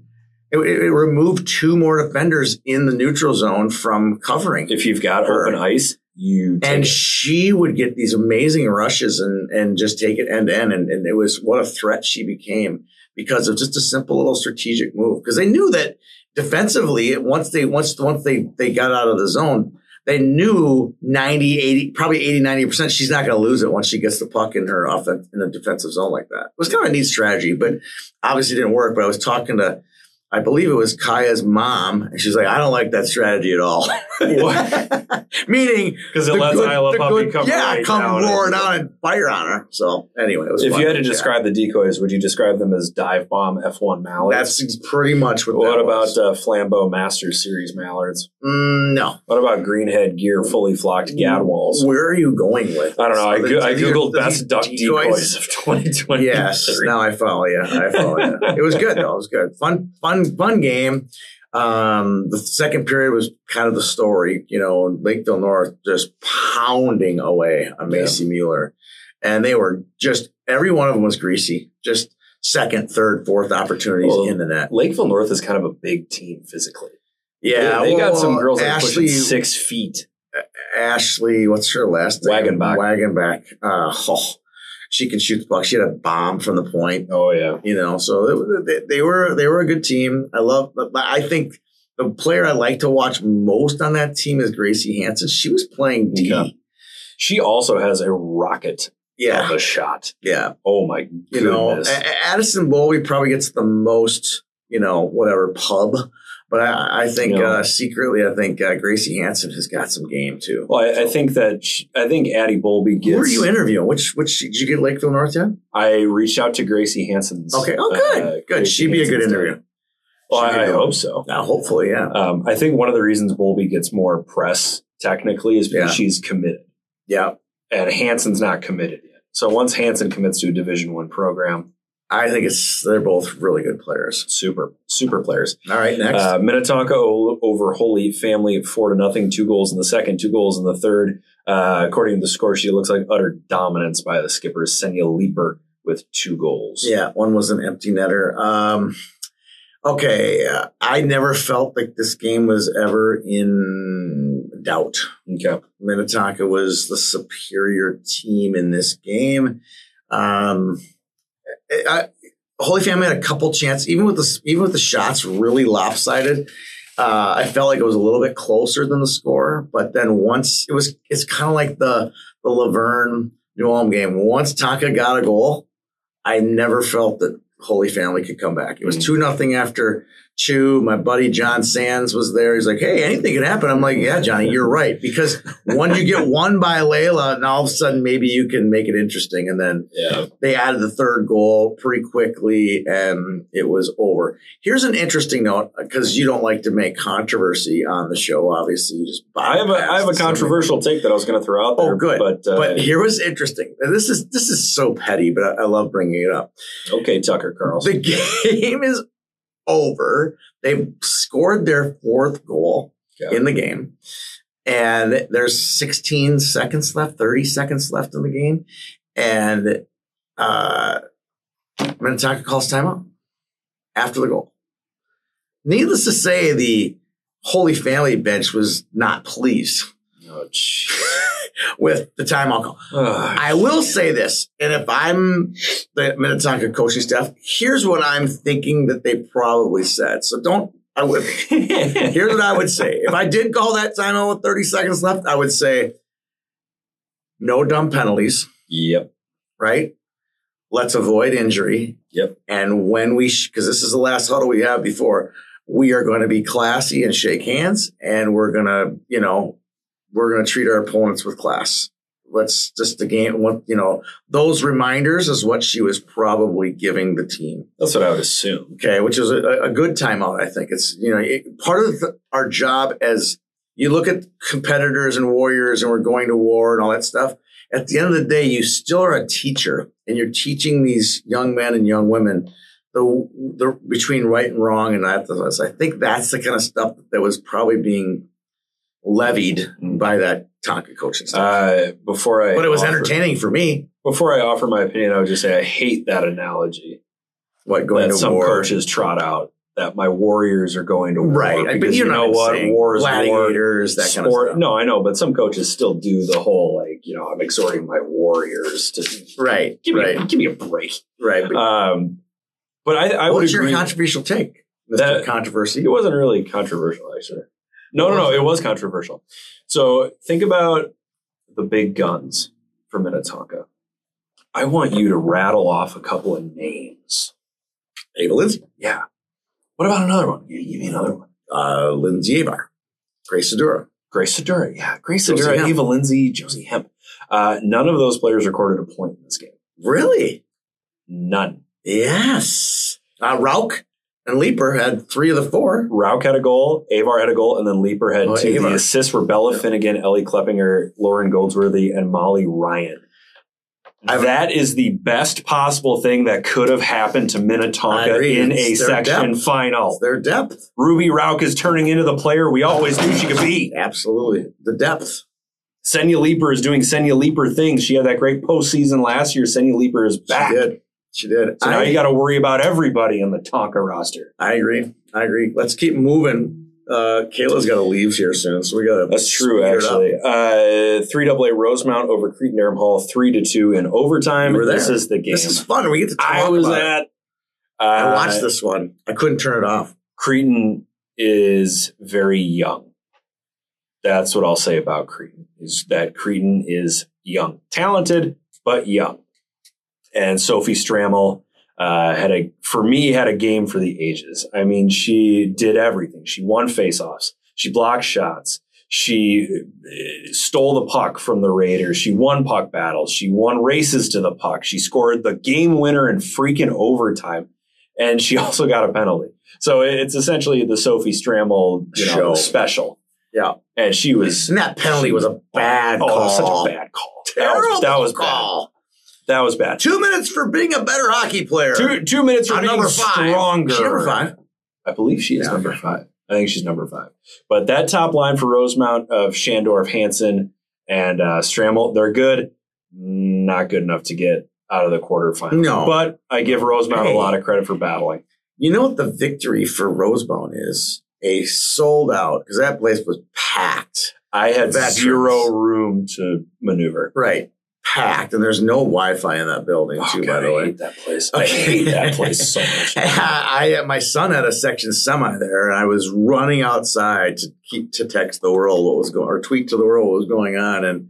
It, it- it removed two more defenders in the neutral zone from covering
if you've got
Her.
open ice, you take
and
it.
she would get these amazing rushes and and just take it end to end and, and it was what a threat she became because of just a simple little strategic move because they knew that defensively it- once they once once they they got out of the zone they knew 90 80 probably 80 90% she's not going to lose it once she gets the puck in her offense in a defensive zone like that it was kind of a neat strategy but obviously didn't work but i was talking to i believe it was kaya's mom and she's like i don't like that strategy at all meaning
Because it
the
lets
good-
Isla
the
Puppy
good-
come
yeah,
right
come
down
roar
and-
down and fire on her. So anyway, it was.
If
fun
you had to
chat.
describe the decoys, would you describe them as dive bomb F1 mallards?
that's pretty much what.
what
that
about
was.
uh, Flambeau Master Series mallards?
Mm, no?
What about greenhead gear fully flocked
Mm,
gadwalls?
Where are you going with?
I don't know. I,
this?
go- I
These are-
googled
these
best duck decoys, of 2020.
Yes. Now I follow you. I follow you. It was good though. It was good. Fun, fun, fun game. Um, the second period was kind of the story, you know, Lakeville North just pounding away on Macy Mueller. And they were just, every one of them was greasy, just second, third, fourth opportunities
Well,
in the net.
Lakeville North is kind of a big team physically.
Yeah,
they, they got
well,
some girls that are
Ashley,
pushing six feet.
Ashley, what's her last name?
Wagenbach.
Wagenbach. Uh, oh, she can shoot the puck. She had a bomb from the point.
Oh yeah,
You know, so it was- they, they were they were a good team. I love, but but I think the player I like to watch most on that team is Gracie Hansen. She was playing D.
Okay. she also has a rocket
Yeah,
of a shot.
yeah.
Oh my
You know,
goodness!
A- A- Addison Bowie probably gets the most, you know, whatever pub. But I, I think
Yeah.
uh, secretly, I think uh, Gracie Hansen has got some game too.
well, I, I think that she, I think Addie Bolby
Who are
gets.
you interviewing? Which which did you get Lakeville North yet?
I reached out to Gracie Hansen's.
Okay. Oh, good.
uh,
good.
Gracie
She'd be a good
Hansen's
interview.
dad. Well,
She'd be
I, I
good.
hope so.
Now, hopefully, yeah,
Um, I think one of the reasons Bolby gets more press technically is because
Yeah.
she's committed,
yeah.
and Hanson's not committed yet. So once Hanson commits to a Division One program,
I think it's they're both really good players.
super super players.
All right, next.
Uh, Minnetonka o- over Holy Family four to nothing, two goals in the second, two goals in the third. Uh, according to the score sheet, it looks like utter dominance by the skippers. Senya Leaper with two goals.
yeah, one was an empty netter. Um, Okay, uh, I never felt like this game was ever in doubt.
Okay.
Minnetonka was the superior team in this game. Um, I, I- Holy Family had a couple chances, even with the even with the shots really lopsided. Uh, I felt like it was a little bit closer than the score, but then once it was, it's kind of like the the Laverne New Ulm game. Once Taka got a goal, I never felt that Holy Family could come back. It was
Mhm.
two nothing after Chew, my buddy John Sands was there. He's like, hey, anything can happen. I'm like, yeah, Johnny, you're right. Because when you get one by Layla, and all of a sudden maybe you can make it interesting. And then
Yeah.
they added the third goal pretty quickly and it was over. Here's an interesting note because you don't like to make controversy on the show, obviously. You just
I have a I have a
bypass some-
controversial take that I was going to throw out there.
Oh, good.
But, uh,
But here was interesting. And This is this is so petty, but I, I love bringing it up.
okay, Tucker Carlson.
The game is over. They've scored their fourth goal
Okay.
in the game. And there's 16 seconds left, 30 seconds left in the game. And uh, Minnetonka calls timeout after the goal. Needless to say, the Holy Family bench was not pleased
Oh, jeez.
with the timeout call.
Ah,
I will say this, and if I'm the Minnetonka coaching staff, here's what I'm thinking that they probably said. So don't. I would. Here's what I would say. If I did call that timeout with 30 seconds left, I would say no dumb penalties,
yep.
right? Let's avoid injury.
Yep.
And when we, because this is the last huddle we have before, we are going to be classy and shake hands, and we're gonna, you know, we're gonna treat our opponents with class. Let's just the game. What you know, those reminders is what she was probably giving the team.
That's what I would assume.
Okay, which is a, a good timeout. I think it's you know it, part of the, our job as you look at competitors and warriors, and we're going to war and all that stuff. At the end of the day, you still are a teacher, and you're teaching these young men and young women the the between right and wrong and that. I think that's the kind of stuff that was probably being levied by that Tonka coaching staff.
Mm-hmm. Uh, before I,
but it was
offer-
entertaining for me.
Before I offer my opinion, I would just say I hate that analogy
What going
that
to
some
war?
coaches trot out that my warriors are going to war.
Right,
because
but you know, what? I'm saying.
War is war.
gladiators, that kind of
Sport-
stuff.
No, I know, but some coaches still do the whole like, you know, I'm exhorting my warriors to
Right,
give me
right,
a, give me a break.
right. But
Um, but I, I
what
would
was your
agree.
controversial take, Mr.
That-
controversy?
it wasn't really controversial, actually. No, no, no, it was controversial. So think about the big guns for Minnetonka. I want you to rattle off a couple of names.
Ava Lindsay,
Yeah. What about another one? You give me another one.
uh, Lindsay Avar, Grace Sedura.
Grace Sedura. Yeah. Grace
Josie
Sedura,
Hemp.
Eva Lindsay, Josie Hemp. Uh, none of those players recorded a point in this game.
Really?
None.
Yes. Uh, Rauk and Leaper had three of the four.
Rauk had a goal, Avar had a goal, and then Leaper had
Oh,
two.
Avar.
The assists were Bella Finnegan, Ellie Kleppinger, Lauren Goldsworthy, and Molly Ryan.
I've-
that is the best possible thing that could have happened to
I
Minnetonka
agree.
in a
It's their
section
depth.
final.
Their depth.
Ruby Rauk is turning into the player we always knew she could be.
Absolutely. The depth.
Senya Leaper is doing Senya Leaper things. She had that great postseason last year. Senya Leaper is back.
She did. She did.
So now
I-
you got to worry about everybody on the Tonka roster.
I agree. I agree. Let's keep moving. Uh, Kayla's got to leave here soon, so we got to.
That's true, actually. Uh, three double A Rosemount over Creighton Durham Hall, three to two in overtime.
You were
This
there.
is the game.
This is fun. We get to talk
I was
about it.
at. Uh,
I watched this one. I couldn't turn it off.
Creighton is very young. That's what I'll say about Creighton is that Creighton is young, talented but young. And Sophie Strammel uh, had a for me had a game for the ages. I mean, she did everything. She won faceoffs. She blocked shots. She uh, stole the puck from the Raiders. She won puck battles. She won races to the puck. She scored the game winner in freaking overtime, and she also got a penalty. So it's essentially the Sophie Strammel you know,
Show.
special.
Yeah.
and she was
And that penalty was a bad
oh,
call.
that was such a bad call. That
Terrible
was, that was bad.
call.
That was bad.
Two minutes for being a better hockey player.
Two two minutes for
I'm
being
number five.
stronger.
She's number five.
I believe she is
Yeah.
number five. I think she's number five. But that top line for Rosemount of Shandorf, Hansen, and uh, Strammel, they're good. Not good enough to get out of the quarterfinals.
No.
But I give Rosemount
Hey.
a lot of credit for battling.
You know what the victory for Rosebone is? A sold out because that place was packed.
I had
Veterans.
zero room to maneuver.
Right, packed, and there's no Wi-Fi in that building too. by the
I
way,
hate that place. I
Okay.
hate that place so much.
I, I my son had a section semi there, and I was running outside to keep to text the world what was going or tweet to the world what was going on, and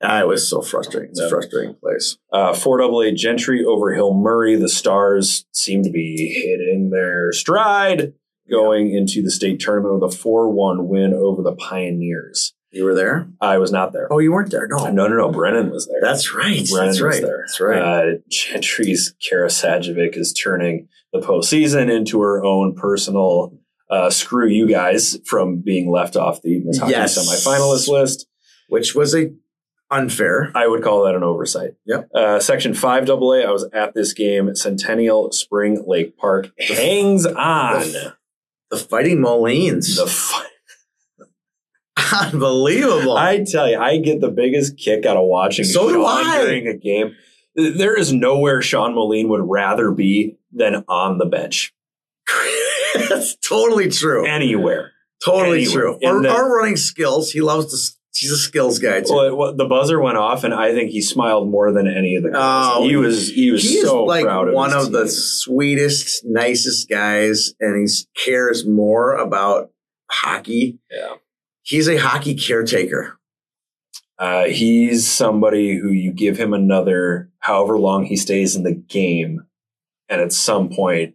I was so frustrating. It's a
Yeah.
frustrating place.
Uh, four double A Gentry over Hill Murray. The Stars seem to be hitting their stride going into the state tournament with a 4 1 win over the Pioneers.
You were there?
I was not there.
Oh, you weren't there? No,
No, no, no. Brennan was there.
that's right.
Brennan
that's
was
right.
there.
That's right.
Uh, Gentry's Kara Sajovic is turning the postseason into her own personal uh, screw you guys from being left off the Miss Hockey
Yes.
semifinalist list.
Which was a unfair.
I would call that an oversight.
Yep.
Uh, Section 5 AA, I was at this game. Centennial Spring Lake Park hangs on.
The The fighting Molines.
The fi-
Unbelievable.
I tell you, I get the biggest kick out of watching
So do
Sean
I.
during a game. There is nowhere Sean Moline would rather be than on the bench.
that's totally true.
Anywhere.
totally
anyway,
true.
in
Or,
the-
or running skills. He loves to. s- He's a skills guy too.
Well, it, wa- the buzzer went off, and I think he smiled more than any of the guys.
Oh,
he was he was
he
so
is like
proud of
one
his
of the
team.
sweetest, nicest guys, and he cares more about hockey.
Yeah.
He's a hockey caretaker.
Uh, he's somebody who you give him another however long he stays in the game, and at some point,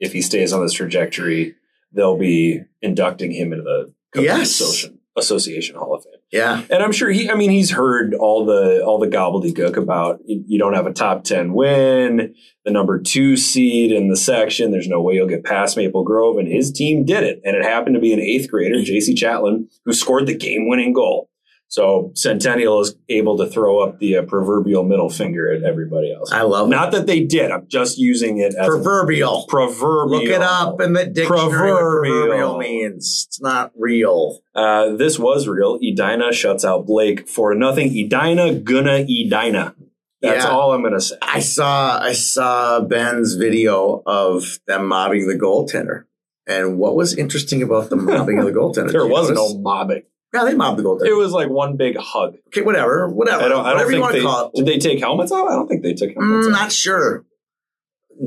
if he stays on this trajectory, they'll be inducting him into the Coaches
Yes.
Association, Association Hall of Fame.
Yeah,
And I'm sure he. I mean, he's heard all the all the gobbledygook about you you don't have a top ten win, the number two seed in the section. There's no way you'll get past Maple Grove, and his team did it. And it happened to be an eighth grader, J.C. Chatlin, who scored the game winning goal. So Centennial is able to throw up the uh, proverbial middle finger at everybody else.
I love
Not that they did. I'm just using it
it.
as a
Proverbial.
proverbial.
Look it up in the dictionary. what Proverbial.
Proverbial.
means it's not real.
Uh, this was real. Edina shuts out Blake for nothing. Edina gonna Edina. That's
Yeah.
all I'm gonna say.
I saw I saw Ben's video of them mobbing the goaltender. And what was interesting about the mobbing of the goaltender?
There
Did you
was no
notice?
mobbing.
Yeah, they mobbed the goaltender.
It was like one big hug.
Okay, whatever, whatever,
I don't. I
whatever
don't
you
think
want
they
to call it.
did. They take helmets off. I don't think they took helmets
Mm,
off.
not sure.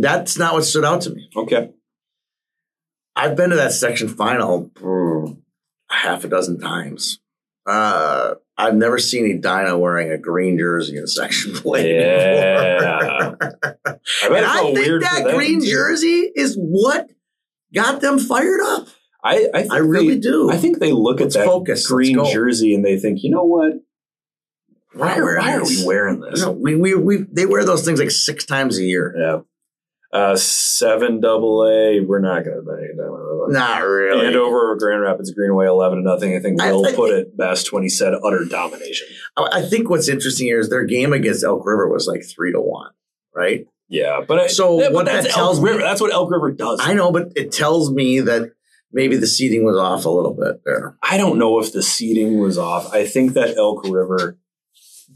That's not what stood out to me.
Okay.
I've been to that section final mm, half a dozen times. Uh, I've never seen a Dina wearing a green jersey in section play
Yeah.
before.
I bet
and
it
I
felt
think
weird for
that
them,
green
too.
jersey is what got them fired up.
I. I, think
I really
They,
do.
I think they look
Let's
at that
focus. Let's
green
go.
jersey and they think, you know what? Why
Why
are,
wear
why are
this?
we wearing this?
No, we, we, we, they wear those things like six times a year.
Yeah. Uh, seven double A. We're not gonna.
Not really.
And over Grand Rapids Greenway, eleven to nothing. I think
I
Will
think-
put it best when he said utter domination.
I I think what's interesting here is their game against Elk River was like three to one, right?
Yeah, but I,
So
that- but
what that
that's
tells
Elk
me-
River. That's what Elk River does.
I
I,
know, but it tells me that maybe the seating was off a little bit there.
don't know if the seating was off. I think that Elk River.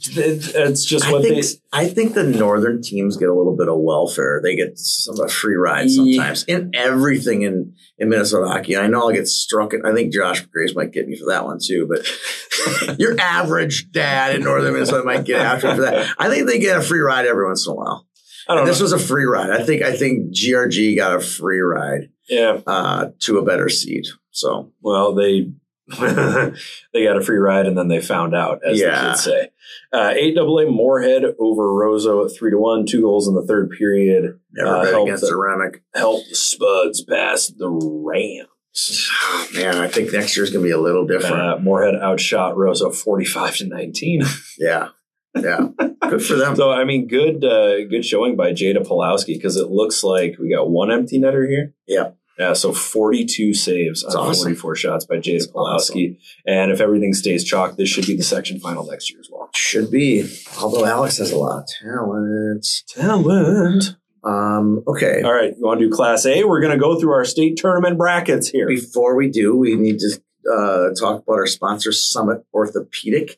It, it's just
I
what
think
they.
I think the northern teams get a little bit of welfare. They get some a free ride
Yeah.
sometimes in everything in in Minnesota hockey. And I know I'll get struck. I think Josh Graves might get me for that one too. But your average dad in northern Minnesota might get after me for that. I think they get a free ride every once in a while.
I don't
And
know.
this was a free ride. I think I think GRG got a free ride
yeah.
uh, to a better seed. So
Well, they they got a free ride and then they found out, as
Yeah.
the kids say. Uh, Eight double A Moorhead over Roseau at three to one. Two goals in the third period.
never
Uh,
bet
help
against
that-
the Remick.
helped the Spuds pass the Rams.
Man, I think next year's gonna be a little different.
Uh, Moorhead outshot Rosa 45 to 19.
yeah, yeah. Good for them.
so, I mean, good uh, good showing by Jada Pulowski because it looks like we got one empty netter here.
Yeah.
Yeah, so 42 saves
That's
on
awesome.
44 shots by Jada
That's
Pulowski. And if everything stays chalk, this should be the section final next year as well.
Should be. Although Alex has a lot of talent.
Talent.
Um, okay.
All right, you want to do Class A? We're going to go through our state tournament brackets here.
Before we do, we need to uh, talk about our sponsor, Summit Orthopedic.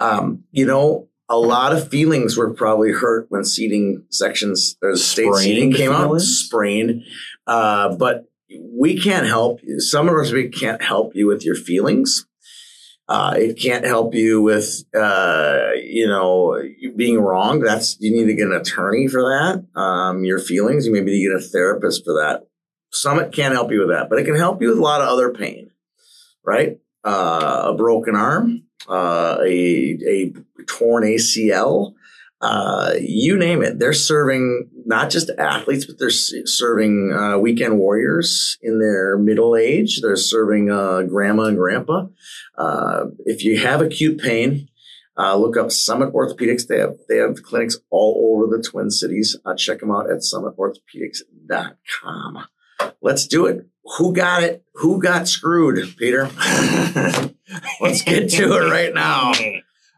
Um, you know, a lot of feelings were probably hurt when seating sections or state
Sprained
seating came out.
feelings?
Sprained. Uh, but we can't help you. Some of us we can't help you with your feelings. Uh, it can't help you with uh, you know you being wrong. That's you need to get an attorney for that. Um, your feelings. You maybe need to get a therapist for that. Summit can't help you with that, but it can help you with a lot of other pain, right? Uh, a broken arm, uh, a a torn ACL, uh, you name it. They're serving not just athletes, but they're s- serving uh, weekend warriors in their middle age. They're serving uh, grandma and grandpa. Uh, if you have acute pain, uh, look up Summit Orthopedics. They have they have clinics all over the Twin Cities. Uh, check them out at summitorthopedics.com. Let's do it. Who got it? Who got screwed, Peter? Let's get to it right now.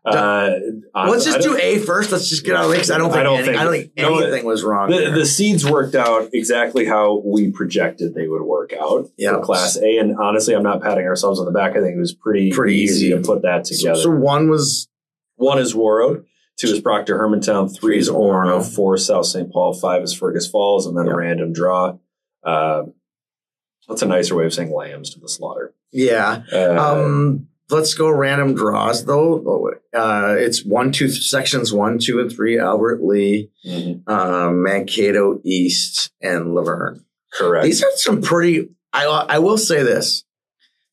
Uh,
Let's
I
just
don't-
do A first. Let's just get out of the way because I don't think,
I don't
any-
think-
I don't think
no,
anything was wrong.
The,
there.
the seeds worked out exactly how we projected they would work out
Yeah.
for Class A. And honestly, I'm not patting ourselves on the back. I think it was pretty,
Pretty
easy,
easy.
to put that
so,
together.
so one was
One is Warroad, two is Proctor Hermantown, three is Orono, four is South St. Paul, five is Fergus Falls, and then
Yeah.
a random draw. Uh, that's a nicer way of saying lambs to the slaughter.
yeah.
Uh,
Um, let's go random draws though. Oh, wait. Uh, it's one, two sections one, two, and three. Albert Lee,
mhm,
uh, Mankato East, and Laverne.
correct.
These are some pretty. I I will say this.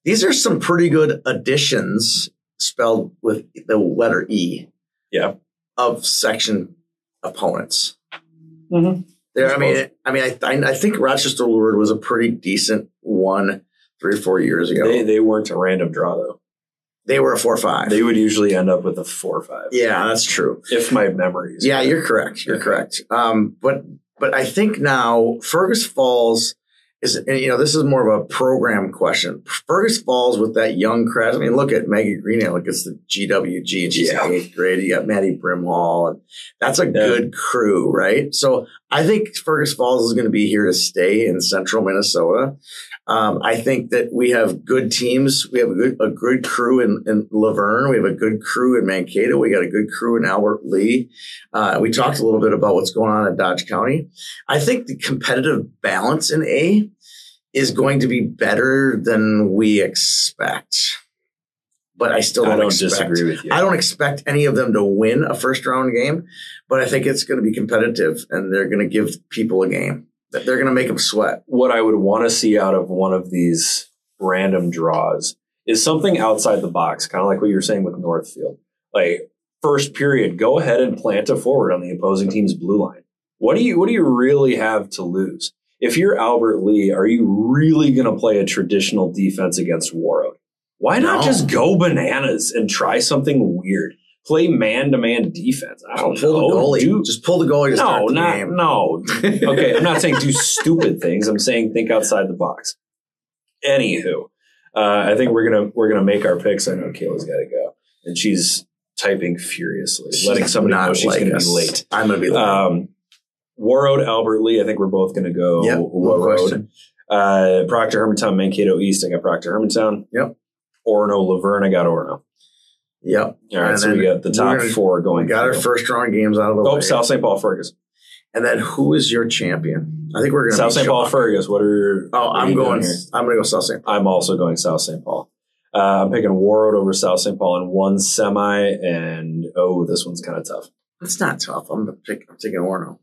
These are some pretty good additions spelled with the letter E.
Yeah.
Of section opponents.
Mhm.
There, I mean,
Suppose.
I mean, I, I, I think Rochester Lord was a pretty decent one three or four years ago.
they,
They,
they weren't a random draw, though.
were a four or five.
They would usually end up with a four or five.
yeah, that's true.
If my memory is
Yeah,
correct.
you're correct. You're
Okay.
correct. Um, but but I think now Fergus Falls is and, you know this is more of a program question. Fergus Falls with that young crowd. I mean, look at Maggie Greenhill gets the GWG and she's
Yeah.
in eighth grade. You got Maddie Brimhall, and that's a good crew, right? So I think Fergus Falls is going to be here to stay in Central Minnesota. Um, I think that we have good teams. We have a good, a good crew in, in Laverne. We have a good crew in Mankato. We got a good crew in Albert Lee. Uh, we talked a little bit about what's going on in Dodge County. I think the competitive balance in A is going to be better than we expect. But I still don't,
I don't
expect-
disagree with you.
I don't expect any of them to win a first round game, but I think it's going to be competitive and they're going to give people a game. That They're going to make them sweat.
what I would want to see out of one of these random draws is something outside the box, kind of like what you were saying with Northfield. Like first period, go ahead and plant a forward on the opposing team's blue line. What do you what do you really have to lose? If you're Albert Lee, are you really going to play a traditional defense against Warroad? Why not
No.
just go bananas and try something weird? Play man to man defense. I don't know.
the goalie.
Do-
Just pull the goalie to
no,
start the
not
game.
no, okay, I'm not saying do stupid things. I'm saying think outside the box. Anywho, uh, I think we're gonna we're gonna make our picks. I know Kayla's got to go, and she's typing furiously, letting somebody know she's gonna be late.
I'm going to be late.
Um, Warroad, Albert Lee. I think we're both gonna go
Yep, no
Warroad.
question.
Uh, Proctor Hermantown, Mankato East. I got Proctor Hermantown.
Yep.
Orono Laverne. I got Orono.
Yep.
All right,
And
so we
then
got the
we're
top
gonna-
four going.
We got our
through.
first round games out of the
Oh,
way.
South St. Paul Fergus.
And then who is your champion? I think we're going to
South St. Paul Fergus. What are your?
Oh,
what are
I'm
you doing
going.
here?
I'm going to go South St. Paul.
I'm also going South St. Paul. Uh, I'm picking Warroad over South St. Paul in one semi, and oh, this one's kind of tough.
It's not tough. I'm gonna pick, I'm taking Orno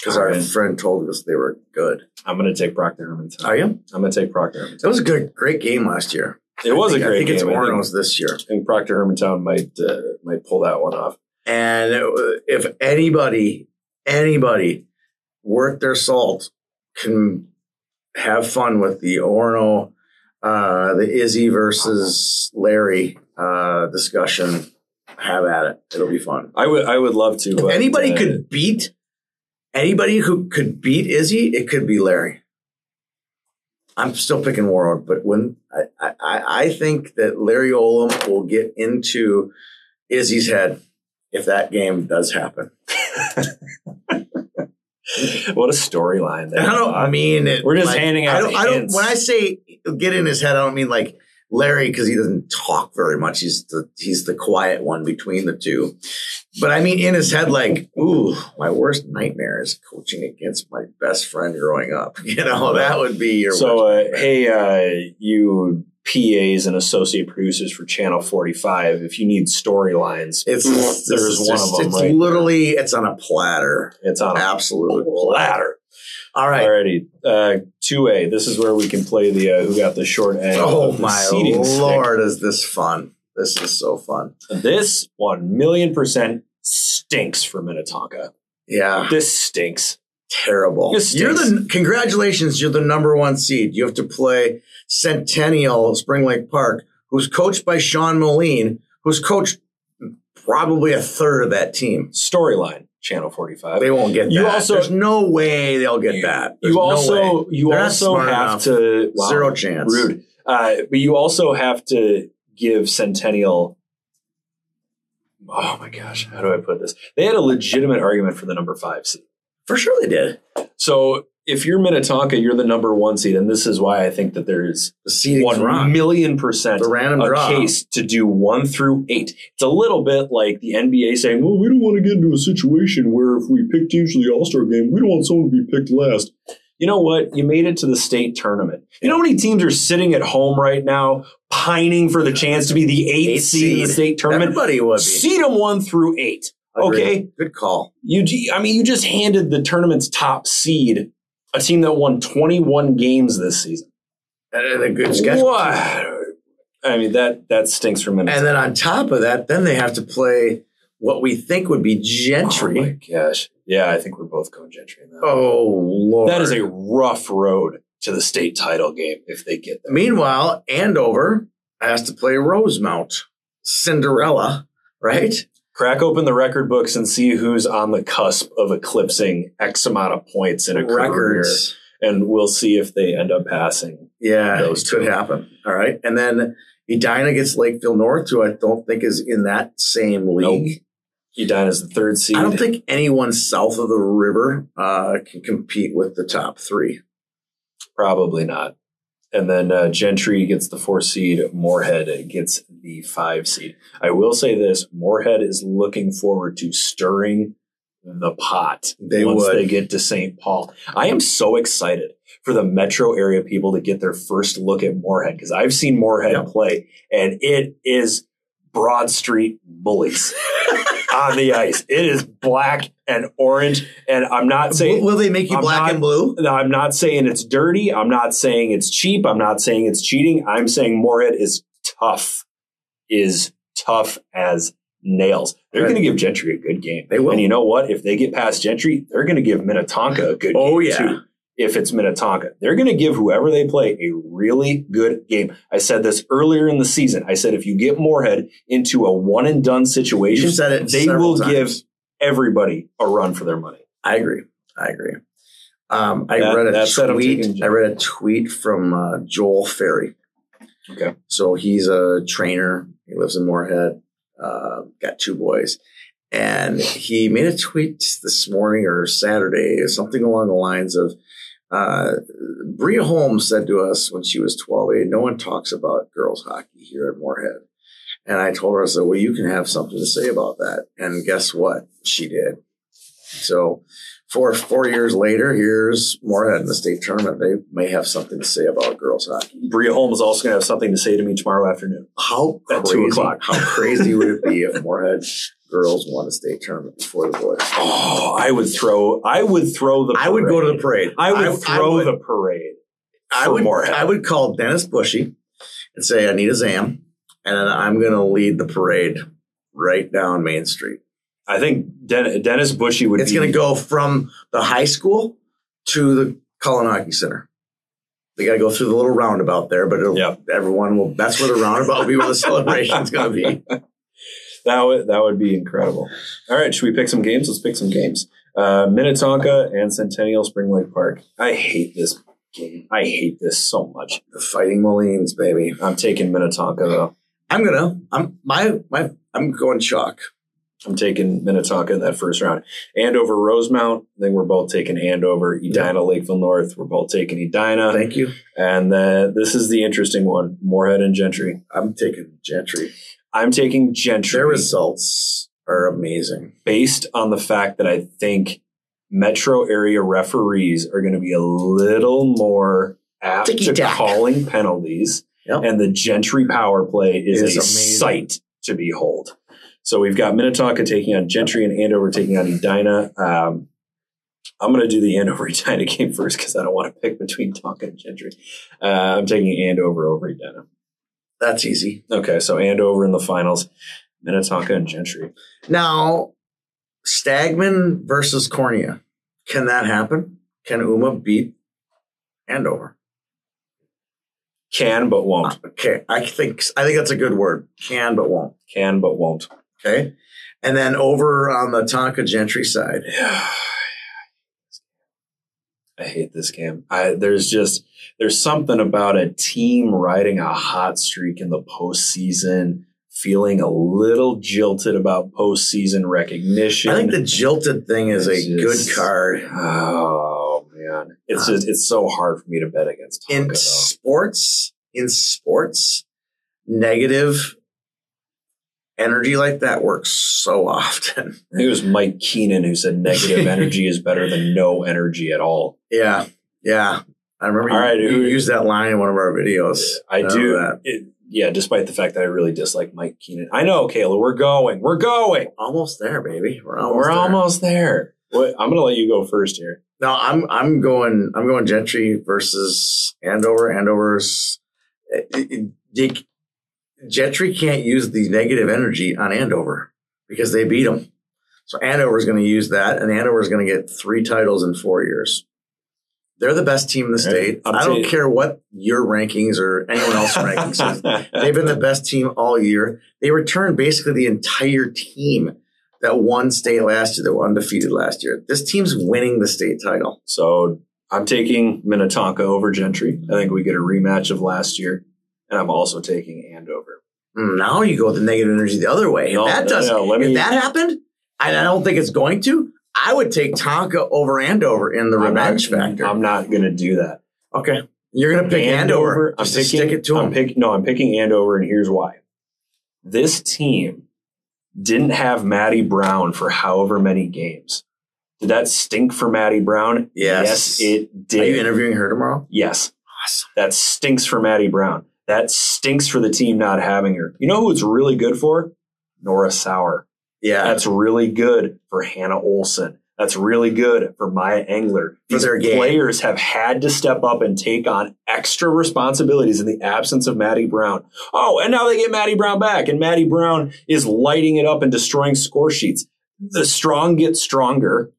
because
All
our
right.
friend told us they were good.
I'm going to take Proctor Hermantown.
Are you?
I'm going to take Proctor Hermantown.
That was a good, great game last year.
It was
I think-
a great
I think
game.
it's
I think,
Orno's this year.
I think Proctor Hermantown might uh, might pull that one off.
And it- if anybody, anybody worth their salt can have fun with the Orno, uh, the Izzy versus Larry uh, discussion, have at it. It'll be fun.
I would I would love to.
If
but,
anybody
uh,
could beat anybody who could beat Izzy, it could be Larry. I'm still picking Warroad, but when I, I- I, I think that Larry Olam will get into Izzy's head if that game does happen.
what a storyline! there. Uh,
And I don't mean it.
We're just
like-
handing out
I don't, I don't.
hints.
When I say get in his head, I don't mean like Larry, because he doesn't talk very much, he's the he's the quiet one between the two. But I mean, in his head, like, ooh, my worst nightmare is coaching against my best friend growing up. You know, that would be your
so,
worst
uh,
nightmare.
hey, uh, you PAs and associate producers for Channel 45, if you need storylines,
It's
there's
there's
uh, one of them.
It's
right
literally it's on a platter,
there. it's on a
absolute platter.
platter.
All right.
Alrighty, uh, two A. This is where we can play the uh, who got the short end.
Oh
of the
my
seating stick.
lord, is this fun? This is so fun.
This one million percent stinks for Minnetonka.
Yeah,
This stinks.
terrible.
This
You're
stinks.
the congratulations. You're the number one seed. You have to play Centennial Spring Lake Park, who's coached by Sean Moline, who's coached probably a third of that team.
Storyline, Channel Forty Five.
They won't get
You
that.
also-
There's no way they'll get that. There's no
you also
way.
you
They're not
also have
smart enough.
to wow,
zero chance.
Rude, uh, but you also have to give Centennial. Oh my gosh, how do I put this? They had a legitimate argument for the number five seed.
for sure they did.
So if you're Minnetonka, you're the number one seed, and this is why I think that there is
The seeding
one
wrong.
million percent
The random
a
draw.
case to do one through eight. It's a little bit like the NBA saying, "Well, we don't want to get into a situation where if we pick teams for the All Star game, we don't want someone to be picked last." You know what? You made it to the state tournament. You know how many teams are sitting at home right now, pining for the chance to be the eighth,
Eighth
seed in the
seed.
state tournament?
Everybody would be.
Seed them one through eight. Okay,
Agreed. Good call.
you, ju- I mean, you just handed the tournament's top seed a team that won 21 games this season.
And, and a good schedule.
What? I mean, that that stinks for
And
Minnesota.
then on top of that, then they have to play what we think would be
Oh my
Gentry.
gosh. Yeah, I think we're both going gentry in that.
Oh, lord!
That is a rough road to the state title game if they get there.
Meanwhile, Andover has to play Rosemount, Cinderella, right?
Crack open the record books and see who's on the cusp of eclipsing X amount of points in a
Records.
career. And we'll see if they end up passing.
Yeah,
Those
those could
two.
happen. All right, and then Edina gets Lakeville North, who I don't think is in that same league.
Edina's the third seed.
I don't think anyone south of the river uh, can compete with the top three.
Probably not. And then uh, Gentry gets the four seed. Moorhead gets the five seed. I will say this: Moorhead is looking forward to stirring the pot
They
once
would.
they get to St. Paul. I am so excited for the metro area people to get their first look at Moorhead because I've seen Moorhead
Yep.
play, and it is Broad Street bullies on the ice. It is black and orange, and I'm not saying
Will- Will they make you
I'm
black
not-
and blue?
now, I'm not saying it's dirty. I'm not saying it's cheap. I'm not saying it's cheating. I'm saying Moorhead is tough, is tough as nails. They're
Right.
going to give Gentry a good game.
They will.
And you know what? If they get past Gentry, they're going to give Minnetonka a good
Oh,
game
yeah.
too. If it's Minnetonka, they're going to give whoever they play a really good game. I said this earlier in the season. I said if you get Moorhead into a one and done situation,
You said it.
they
several
will give
times.
everybody a run for their money.
I agree. I agree. Um, I
That-
read a
that said, I'm
tweet.
taking-
I read a tweet from uh, Joel Ferry.
Okay.
So he's a trainer. He lives in Moorhead. Uh, got two boys, and he made a tweet this morning or Saturday, something along the lines of. Uh, Bria Holmes said to us when she was 12, hey, no one talks about girls hockey here at Moorhead. And I told her, I said, well, you can have something to say about that. And guess what? She did. So four four years later, here's Moorhead in the state tournament. They may have something to say about girls hockey.
Bria Holmes is also going to have something to say to me tomorrow afternoon.
How
At two
crazy,
o'clock.
How crazy would it be if Moorhead girls won a state tournament before the boys?
Oh, I would throw. I would throw the. Parade.
I would go to the parade.
I would throw
I would,
the parade.
I
for
would,
Moorhead.
I would call Dennis Bushy and say, I need a Zam, and then I'm going to lead the parade right down Main Street.
I think Den- Dennis Bushy would.
it's
be,
going to go from the high school to the Cullen Hockey Center. They got to go through the little roundabout there, but it'll,
Yep.
everyone will. That's where the roundabout will be, where the celebration's going to be.
That would that would be incredible. All right, should we pick some games? Let's pick some games. Uh, Minnetonka and Centennial Spring Lake Park. I hate this game. I hate this so much.
The Fighting Molines, baby.
I'm taking Minnetonka though.
I'm gonna. I'm my my. I'm going chalk.
I'm taking Minnetonka in that first round. Andover Rosemount. I think we're both taking Andover. Edina Lakeville North. We're both taking Edina.
Thank you.
And uh, this is the interesting one: Moorhead and Gentry.
I'm taking Gentry.
I'm taking Gentry.
Their results are amazing.
based on the fact that I think metro area referees are going to be a little more apt to
Ticky-tack.
calling penalties,
Yep.
and the Gentry power play is,
It is
a
amazing.
sight to behold. So we've got Minnetonka taking on Gentry and Andover taking on Edina. Um, I'm going to do the Andover Edina game first because I don't want to pick between Tonka and Gentry. Uh, I'm taking Andover over Edina.
That's easy.
Okay, so Andover in the finals, Minnetonka and Gentry.
Now, Stagman versus Cornea. Can that happen? Can Uma beat Andover?
Can but won't.
Okay, I think I think that's a good word. Can but won't.
Can but won't.
Okay, and then over on the Tonka Gentry side,
Yeah. I hate this game. I there's just there's something about a team riding a hot streak in the postseason, feeling a little jilted about postseason recognition.
I think the jilted thing is a
It's just-
good card
oh man, it's
Uh,
just it's so hard for me to bet against Tonka.
in
though.
sports. In sports, negative energy like that works so often.
I think it was Mike Keenan who said negative energy is better than no energy at all.
Yeah, yeah. I remember
All
you,
right,
you
who-
used that line in one of our videos.
I
remember
do.
that.
It- yeah, despite the fact that I really dislike Mike Keenan. I know, Kayla, we're going. We're going.
Almost there, baby. We're almost.
We're
there.
almost there. What, I'm gonna let you go first here.
No, I'm I'm going I'm going Gentry versus Andover. Andover's eh, it, it- Dick Gentry can't use the negative energy on Andover because they beat him. So Andover's going to use that, and Andover's going to get three titles in four years. They're the best team in the
All right.
state.
I'll
I don't
take-
care what your rankings or anyone else's rankings is. They've been the best team all year. They returned basically the entire team that won state last year, that were undefeated last year. This team's winning the state title.
so I'm taking Minnetonka over Gentry. I think we get a rematch of last year, and I'm also taking Andover.
Mm, Now you go with the negative energy the other way. If
No,
that
no,
does,
no, let
if
me-
that happened, and I don't think it's going to, I would take Tonka over Andover in the
I'm not-
revenge factor.
I'm not gonna do that.
okay, you're gonna pick Andover.
I'm
just
picking.
to stick it to him.
I'm pick- no, I'm picking Andover, and here's why. This team didn't have Matty Brown for however many games. Did that stink for Matty Brown?
Yes.
yes it did.
Are you interviewing her tomorrow?
Yes.
Awesome.
That stinks for Maddie Brown. That stinks for the team not having her. You know who it's really good for? Nora Sauer.
Yeah,
That's really good for Hannah Olson. That's really good for Maya Engler.
For
These
their game.
players have had to step up and take on extra responsibilities in the absence of Maddie Brown. Oh, and now they get Maddie Brown back, and Maddie Brown is lighting it up and destroying score sheets. The strong get stronger,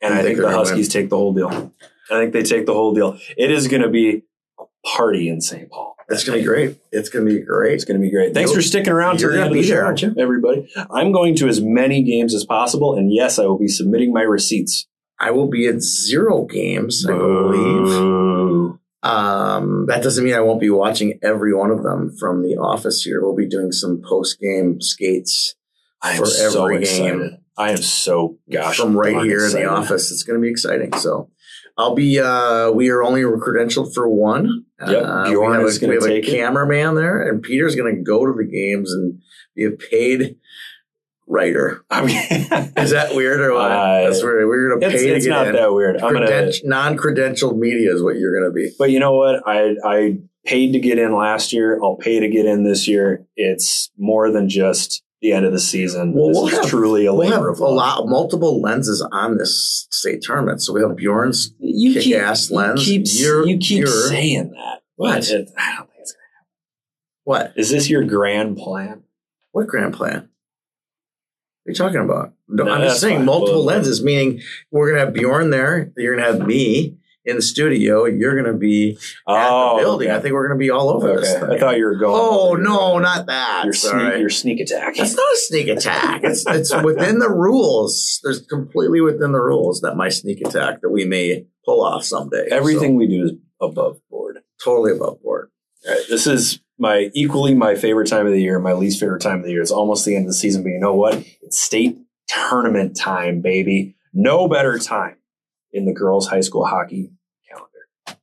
and
You
I
think
think
they're
the
gonna win.
Huskies take the whole deal. I think they take the whole deal. It is going to be a party in St. Paul.
it's gonna be great. It's gonna be
It's
great.
going to be great. Thanks
You'll-
for sticking around to
you're
the
gonna
end
be
of the show,
there, aren't you?
everybody. I'm going to as many games as possible, and yes, I will be submitting my receipts.
I will be at zero games, I believe. Um, that doesn't mean I won't be watching every one of them from the office here. We'll be doing some post game skates
I am
For
so
every
excited.
game.
I am so gosh
from right
darn
here
excited.
in the office. It's going to be exciting. So I'll be, uh, we are only credentialed for one.
Yep,
Uh, we
Bjorn
have a-
is gonna
We have
take
a
it.
cameraman there, and Peter's going to go to the games and be a paid writer.
I mean,
Is that weird or what?
Uh,
That's weird. We're going to
it's,
pay to
it's
get
not
in.
that weird. I'm gonna,
Creden- non-credentialed media is what you're going to be.
but you know what? I I paid to get in last year. I'll pay to get in this year. It's more than just the end of the season.
Well,
this
we'll
is
have-
truly a
We
labor
have
of
a
love.
lot, multiple lenses on this state tournament. So we have Bjorn's
You
Kick
keep-
ass lens.
You keep,
You're-
you keep
you're-
saying that.
What?
But it- I don't think it's
what?
Is this your grand plan?
What grand plan? What are you talking about? No,
No,
I'm just
that's
saying
fine.
multiple
Well-
lenses, meaning we're gonna have Bjorn there, you're gonna have me in the studio, you're gonna be at the building.
okay.
I think we're gonna be all over this
Oh, Okay.
thing.
I thought you were going.
oh no, not that.
your
Sorry.
sneak, your sneak attack.
That's not a sneak attack. It's it's within the rules. There's completely within the rules that my sneak attack that we may pull off someday. So,
Everything we do is above board.
totally above board.
All right, this is my equally my favorite time of the year, my least favorite time of the year. It's almost the end of the season, but you know what? It state tournament time, baby. No better time in the girls' high school hockey calendar.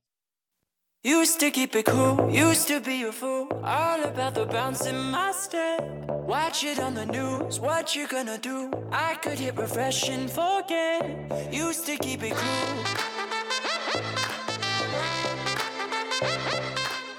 Used to keep it cool, used to be a fool. All about the bounce in my step. Watch it on the news, what you gonna do? I could hit refresh and forget. Used to keep it cool.